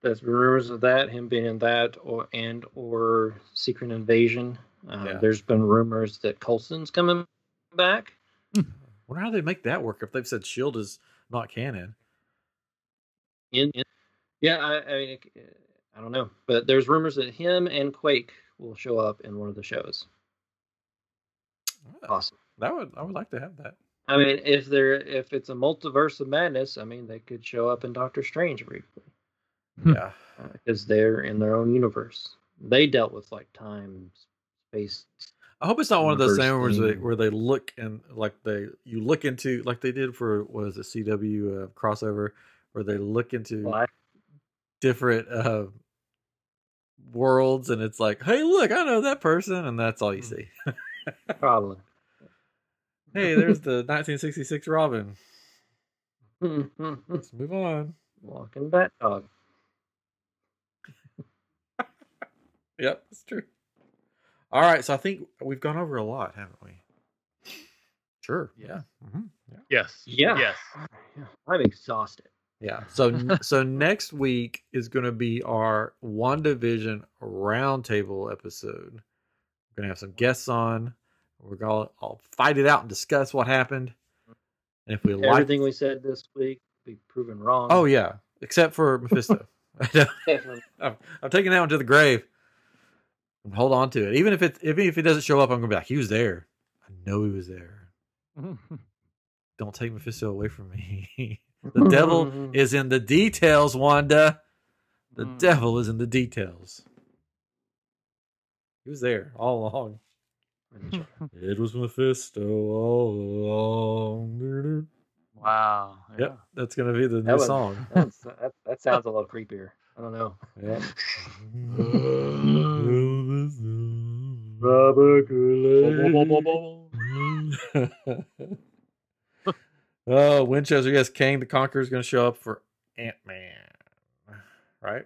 Speaker 2: There's been rumors of that, him being in that, or and or Secret Invasion. Uh,
Speaker 1: Yeah.
Speaker 2: There's been rumors that Colson's coming back.
Speaker 1: Wonder how they make that work if they've said Shield E is not canon.
Speaker 2: In, in- yeah, I, I mean, it- I don't know, but there's rumors that him and Quake will show up in one of the shows. Awesome.
Speaker 1: That would I would like to have that.
Speaker 2: I mean, if they're if it's a multiverse of madness, I mean, they could show up in Doctor Strange briefly uh,
Speaker 3: Hmm.
Speaker 1: Yeah.
Speaker 2: because they're in their own universe. They dealt with like time, space.
Speaker 1: I hope it's not one of those
Speaker 4: Reverse
Speaker 1: sandwiches where they,
Speaker 4: thing.
Speaker 1: where they look and like they you look into like they did for what is it CW uh, crossover where they look into
Speaker 2: Why?
Speaker 1: different uh, worlds and it's like, hey, look, I know that person, and that's all you
Speaker 3: Mm.
Speaker 1: see.
Speaker 2: Probably.
Speaker 1: hey, there's the 1966 Robin. Let's move on.
Speaker 2: Walking bat dog.
Speaker 1: Yep, that's true. All right, so I think we've gone over a lot, haven't we? Sure. Yeah.
Speaker 3: Yes.
Speaker 1: Yeah. hmm yeah.
Speaker 3: Yes.
Speaker 2: Yeah.
Speaker 3: Yes.
Speaker 2: I'm exhausted.
Speaker 1: Yeah. So so next week is going to be our WandaVision roundtable episode. We're going to have some guests on. We're going to all fight it out and discuss what happened. And if we like
Speaker 2: Everything we said this week be proven wrong.
Speaker 1: Oh yeah, except for Mephisto.
Speaker 2: Definitely.
Speaker 1: I'm, I'm taking that one to the grave. And hold on to it. Even if it if if it doesn't show up, I'm going to be like, "He was there. I know he was there. Don't take Mephisto away from me." The devil is in the details, Wanda. The
Speaker 3: Mm.
Speaker 1: devil is in the details. He was there all along. It was Mephisto all along.
Speaker 3: wow.
Speaker 1: Yep, that's gonna be the
Speaker 2: That
Speaker 1: new
Speaker 2: was-
Speaker 1: song.
Speaker 2: That's- that, that sounds a little creepier. I don't know.
Speaker 1: Yep.
Speaker 2: Robert
Speaker 1: oh, Winchester, yes, Kang the Conqueror is gonna show up for Ant Man. Right?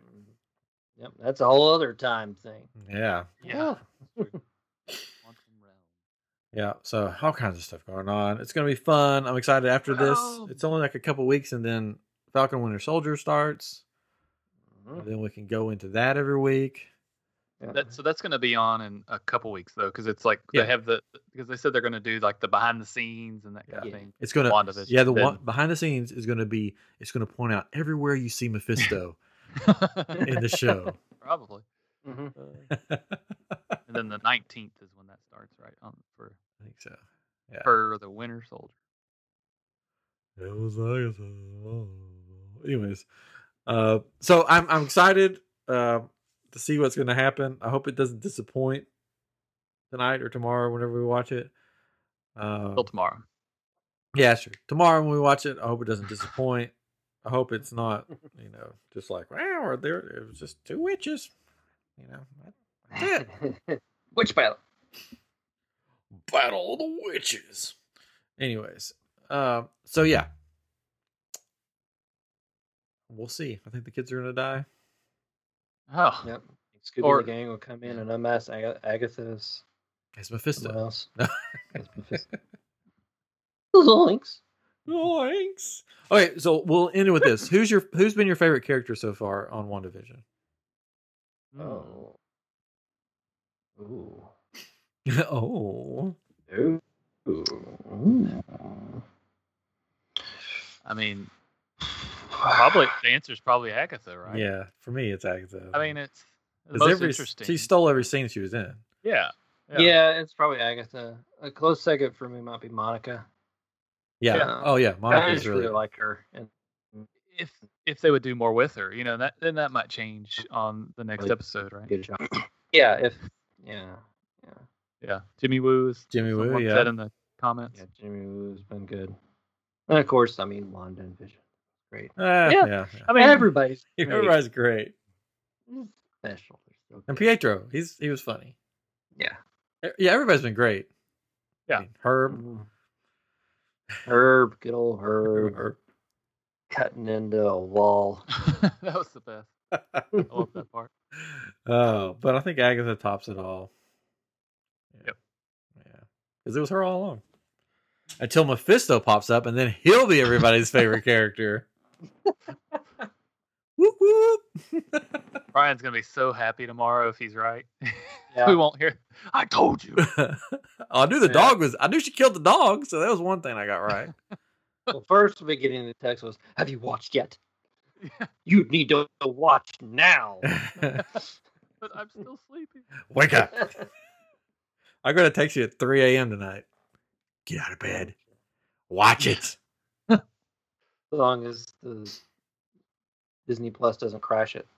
Speaker 2: Yep, that's a whole other time thing.
Speaker 1: Yeah.
Speaker 3: Yeah.
Speaker 1: Yeah, so all kinds of stuff going on. It's going to be fun. I'm excited after this.
Speaker 3: Wow.
Speaker 1: It's only like a couple weeks, and then Falcon Winter Soldier starts.
Speaker 2: Mm-hmm.
Speaker 1: And then we can go into that every week.
Speaker 2: Yeah.
Speaker 3: That, so that's going to be on in a couple weeks though, because it's like
Speaker 1: Yeah.
Speaker 3: they have the because they said they're going to do like the behind the scenes and that kind
Speaker 2: Yeah.
Speaker 3: of thing.
Speaker 1: It's going to,
Speaker 3: WandaVision,
Speaker 1: yeah, the
Speaker 3: then-
Speaker 1: one behind the scenes is going to be, it's going to point out everywhere you see Mephisto in the show.
Speaker 3: probably.
Speaker 2: Mhm.
Speaker 1: I think
Speaker 3: And then the nineteenth is when that starts, right? On for
Speaker 1: so.
Speaker 3: for the Winter Soldier.
Speaker 1: It was like anyways. Uh so I'm I'm excited uh to see what's gonna happen. I hope it doesn't disappoint tonight or tomorrow whenever we watch it. Uh,
Speaker 3: Till tomorrow.
Speaker 1: yeah, sure. Tomorrow when we watch it, I hope it doesn't disappoint. I hope it's not, you know, just like wow, or there it was just two witches. You know, that's it.
Speaker 2: Which pilot?
Speaker 1: Battle of the Witches. Anyways, um, so yeah, we'll see. I think the kids are gonna die.
Speaker 3: Oh,
Speaker 2: Yep. Scooby
Speaker 3: Or-
Speaker 2: and the gang will come in and unmask Ag- Agatha's.
Speaker 1: It's
Speaker 2: Someone
Speaker 1: Mephisto.
Speaker 2: else. It's Mephisto. Zoinks.
Speaker 1: Thanks. Okay, so we'll end it with this. Who's your Who's been your favorite character so far on WandaVision?
Speaker 3: hmm.
Speaker 2: Oh. Ooh.
Speaker 1: oh,
Speaker 2: Ooh. Ooh.
Speaker 3: I mean, probably the answer is probably Agatha, right?
Speaker 1: yeah. For me, it's Agatha.
Speaker 3: I mean, it's
Speaker 1: 'Cause
Speaker 3: the most
Speaker 1: every-
Speaker 3: interesting.
Speaker 1: She stole every scene she was in.
Speaker 3: yeah.
Speaker 2: Yeah. it's probably Agatha. A close second for me might be Monica.
Speaker 1: Yeah.
Speaker 2: Yeah.
Speaker 1: Oh yeah,
Speaker 2: I
Speaker 1: Monica's
Speaker 2: just really
Speaker 1: really.
Speaker 2: like her. And
Speaker 3: If if they would do more with her, you know, that then that might change on the next
Speaker 2: Like-
Speaker 3: episode, right?
Speaker 2: good job. Yeah, if yeah, yeah,
Speaker 3: Yeah. Jimmy Woo is
Speaker 1: Jimmy Woo,
Speaker 3: someone
Speaker 1: yeah.
Speaker 3: said in the comments.
Speaker 2: yeah. Jimmy Woo's been good. And of course, I mean Wanda and Vision. Great.
Speaker 1: Ah,
Speaker 3: Yeah.
Speaker 1: yeah. yeah.
Speaker 3: I mean,
Speaker 2: Everybody's great.
Speaker 1: Everybody's great.
Speaker 2: special. They're so
Speaker 1: And
Speaker 2: good.
Speaker 1: Pietro, he's he was funny.
Speaker 2: Yeah.
Speaker 1: E, Yeah, everybody's been great.
Speaker 3: Yeah.
Speaker 1: I mean, Herb,
Speaker 2: Mhm. Herb, good old Herb,
Speaker 1: Herb.
Speaker 2: cutting into a wall.
Speaker 3: that was the best. I love that part.
Speaker 1: Oh, but I think Agatha tops it all. Yeah.
Speaker 3: Yep.
Speaker 1: Yeah. Because it was her all along. Until Mephisto pops up, and then he'll be everybody's favorite character. whoop whoop.
Speaker 3: Brian's gonna be so happy tomorrow if he's right.
Speaker 2: Yeah.
Speaker 3: we won't hear. I told you.
Speaker 1: I knew the
Speaker 2: Yeah.
Speaker 1: dog was. I knew she killed the dog, so that was one thing I got right.
Speaker 2: Well, first we get into the text was, "Have you watched yet? You need to watch now."
Speaker 3: but I'm still sleepy.
Speaker 1: Wake up! I got to text you at 3 a.m. tonight. Get out of bed. Watch it.
Speaker 2: As long as the Disney Plus doesn't crash it.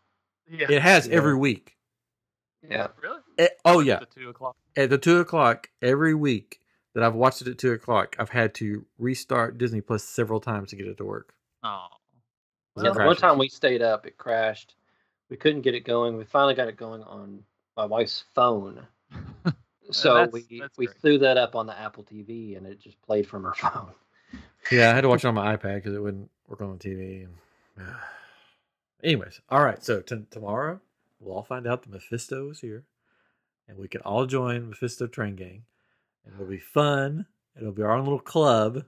Speaker 3: Yeah.
Speaker 1: It has
Speaker 2: Yeah.
Speaker 1: every week.
Speaker 2: Yeah.
Speaker 3: Really?
Speaker 1: Eh, oh yeah,
Speaker 3: The two o'clock.
Speaker 1: at the two o'clock every week that I've watched it at two o'clock, I've had to restart Disney Plus several times to get it to work.
Speaker 3: Oh.
Speaker 1: It
Speaker 2: Yeah, the one
Speaker 1: crashes.
Speaker 2: time we stayed up, it crashed. We couldn't get it going. We finally got it going on my wife's phone. So
Speaker 3: that's-
Speaker 2: we
Speaker 3: that's
Speaker 2: we
Speaker 3: great.
Speaker 2: threw that up on the Apple TV and it just played from her phone.
Speaker 1: Yeah, I had to watch it on my iPad because it wouldn't work on the TV. And anyways, all right. So t- tomorrow we'll all find out that Mephisto is here, and we can all join Mephisto Train Gang, and it'll be fun. It'll be our own little club.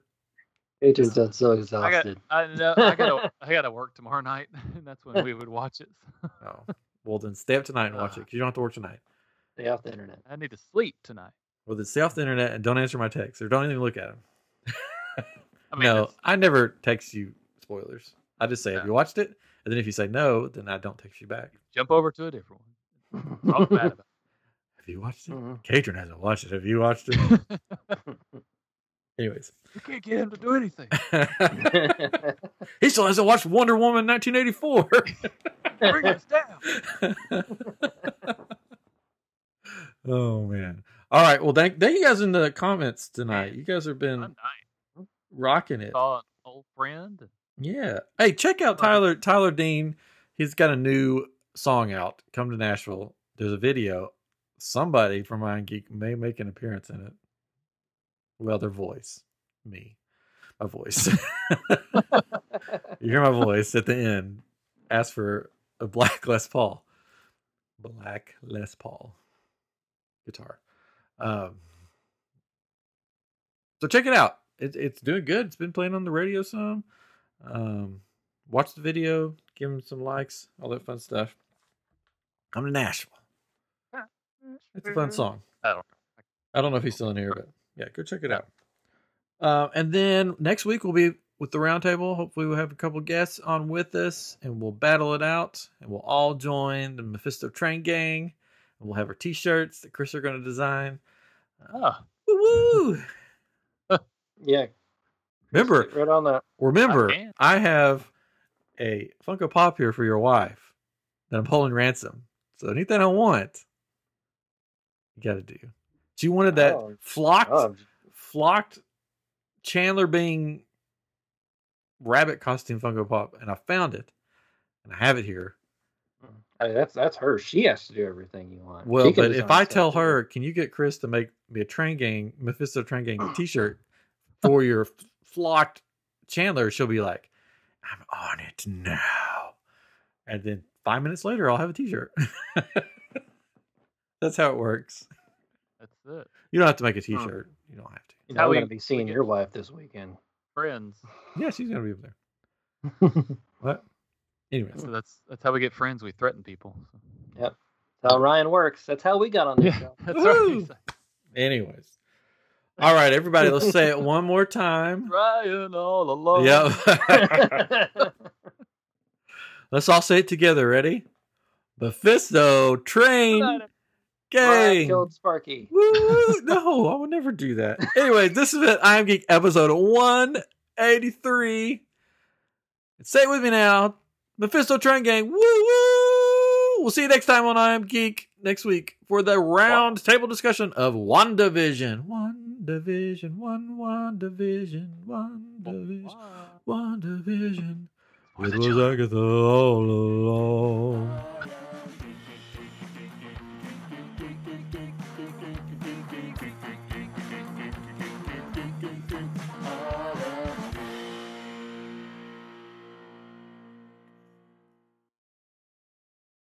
Speaker 2: It just sounds so
Speaker 3: I got.
Speaker 2: exhausted.
Speaker 3: I know. I gotta. I gotta work tomorrow night, and that's when we would watch it.
Speaker 1: Oh, well then stay up tonight and watch
Speaker 2: Ah.
Speaker 1: it because you don't have to work tonight.
Speaker 2: Stay off the internet.
Speaker 3: I need to sleep tonight.
Speaker 1: Well then stay off the internet and don't answer my texts or don't even look at them.
Speaker 3: I mean,
Speaker 1: no,
Speaker 3: that's-
Speaker 1: I never text you spoilers. I just say, have
Speaker 3: Yeah.
Speaker 1: you watched it? And then if you say no, then I don't text you back.
Speaker 3: jump over to a different one. Talk bad about.
Speaker 1: Have you watched
Speaker 3: Hmm.
Speaker 1: it?
Speaker 2: Mhm.
Speaker 1: Katrin hasn't watched it. Have you watched it?
Speaker 3: It.
Speaker 1: Anyways.
Speaker 3: you can't get him to do anything.
Speaker 1: he still hasn't watched Wonder Woman 1984.
Speaker 3: Bring us down.
Speaker 1: oh, man. All right. Well, thank, thank you guys in the comments tonight. You guys have
Speaker 3: I'm
Speaker 1: been
Speaker 3: nice.
Speaker 1: rocking it.
Speaker 3: Saw an old friend.
Speaker 1: Yeah. Hey, check out
Speaker 3: Right.
Speaker 1: Tyler Tyler Dean. He's got a new song out. Come to Nashville. There's a video. Somebody from Iron Geek may make an appearance in it. Well, their voice. Me. My voice. you hear my voice at the end. Ask for a black Les Paul. Black Les Paul guitar. Um, so check it out. It, it's doing good. It's been playing on the radio some. Um, watch the video, give him some likes, all that fun stuff. Come to Nashville. It's a
Speaker 3: Mm-hmm.
Speaker 1: fun song.
Speaker 3: I don't.
Speaker 1: I don't know if he's still in here, but yeah, go check it out. Uh, and then next week we'll be with the roundtable. Hopefully we'll have a couple guests on with us, and we'll battle it out, and we'll all join the Mephisto Train Gang. And we'll have our T-shirts that Chris are going to design.
Speaker 3: Oh,
Speaker 1: Woo!
Speaker 2: yeah.
Speaker 1: Remember,
Speaker 2: Right on that.
Speaker 1: Remember,
Speaker 3: I can.
Speaker 1: I, have a Funko Pop here for your wife that I'm holding ransom. So anything I want, you got to do. She wanted that
Speaker 2: Oh.
Speaker 1: flocked,
Speaker 2: Oh,
Speaker 1: flocked Chandler Bing rabbit costume Funko Pop, and I found it, and I have it here.
Speaker 2: hey, that's that's her. She has to do everything you want.
Speaker 1: Well,
Speaker 2: She can
Speaker 1: but if
Speaker 2: design
Speaker 1: I
Speaker 2: stuff
Speaker 1: tell
Speaker 2: too.
Speaker 1: her, can you get Chris to make me a train gang, Mephisto train gang t shirt for your f- flocked Chandler, she'll be like, I'm on it now. And then five minutes later, I'll have a t shirt. That's how it works.
Speaker 3: that's it.
Speaker 1: You don't have to make a t shirt. You don't have to.
Speaker 2: you
Speaker 3: how
Speaker 2: know, I'm
Speaker 3: we-
Speaker 2: going to be seeing your wife this weekend.
Speaker 3: Friends.
Speaker 1: Yeah, she's going to be up there. What? Anyways.
Speaker 3: So that's that's how we get friends. We threaten people.
Speaker 2: Yep. That's how Ryan works. That's how we got on this
Speaker 3: Yeah,
Speaker 2: show.
Speaker 3: that's right.
Speaker 1: Woo! Anyways. All right, everybody, let's say it one more time.
Speaker 3: Ryan all alone.
Speaker 1: Yep. Let's all say it together. Ready? Mephisto train
Speaker 2: Ryan
Speaker 1: gang.
Speaker 2: killed Sparky.
Speaker 1: Woo! No, I would never do that. Anyway, this is it. I am Geek episode 183. Say it with me now. Mephisto Train Gang. Woo woo! We'll see you next time on I Am Geek next week for the round table discussion of WandaVision. WandaVision, one WandaVision, WandaVision, WandaVision. It was Agatha all along.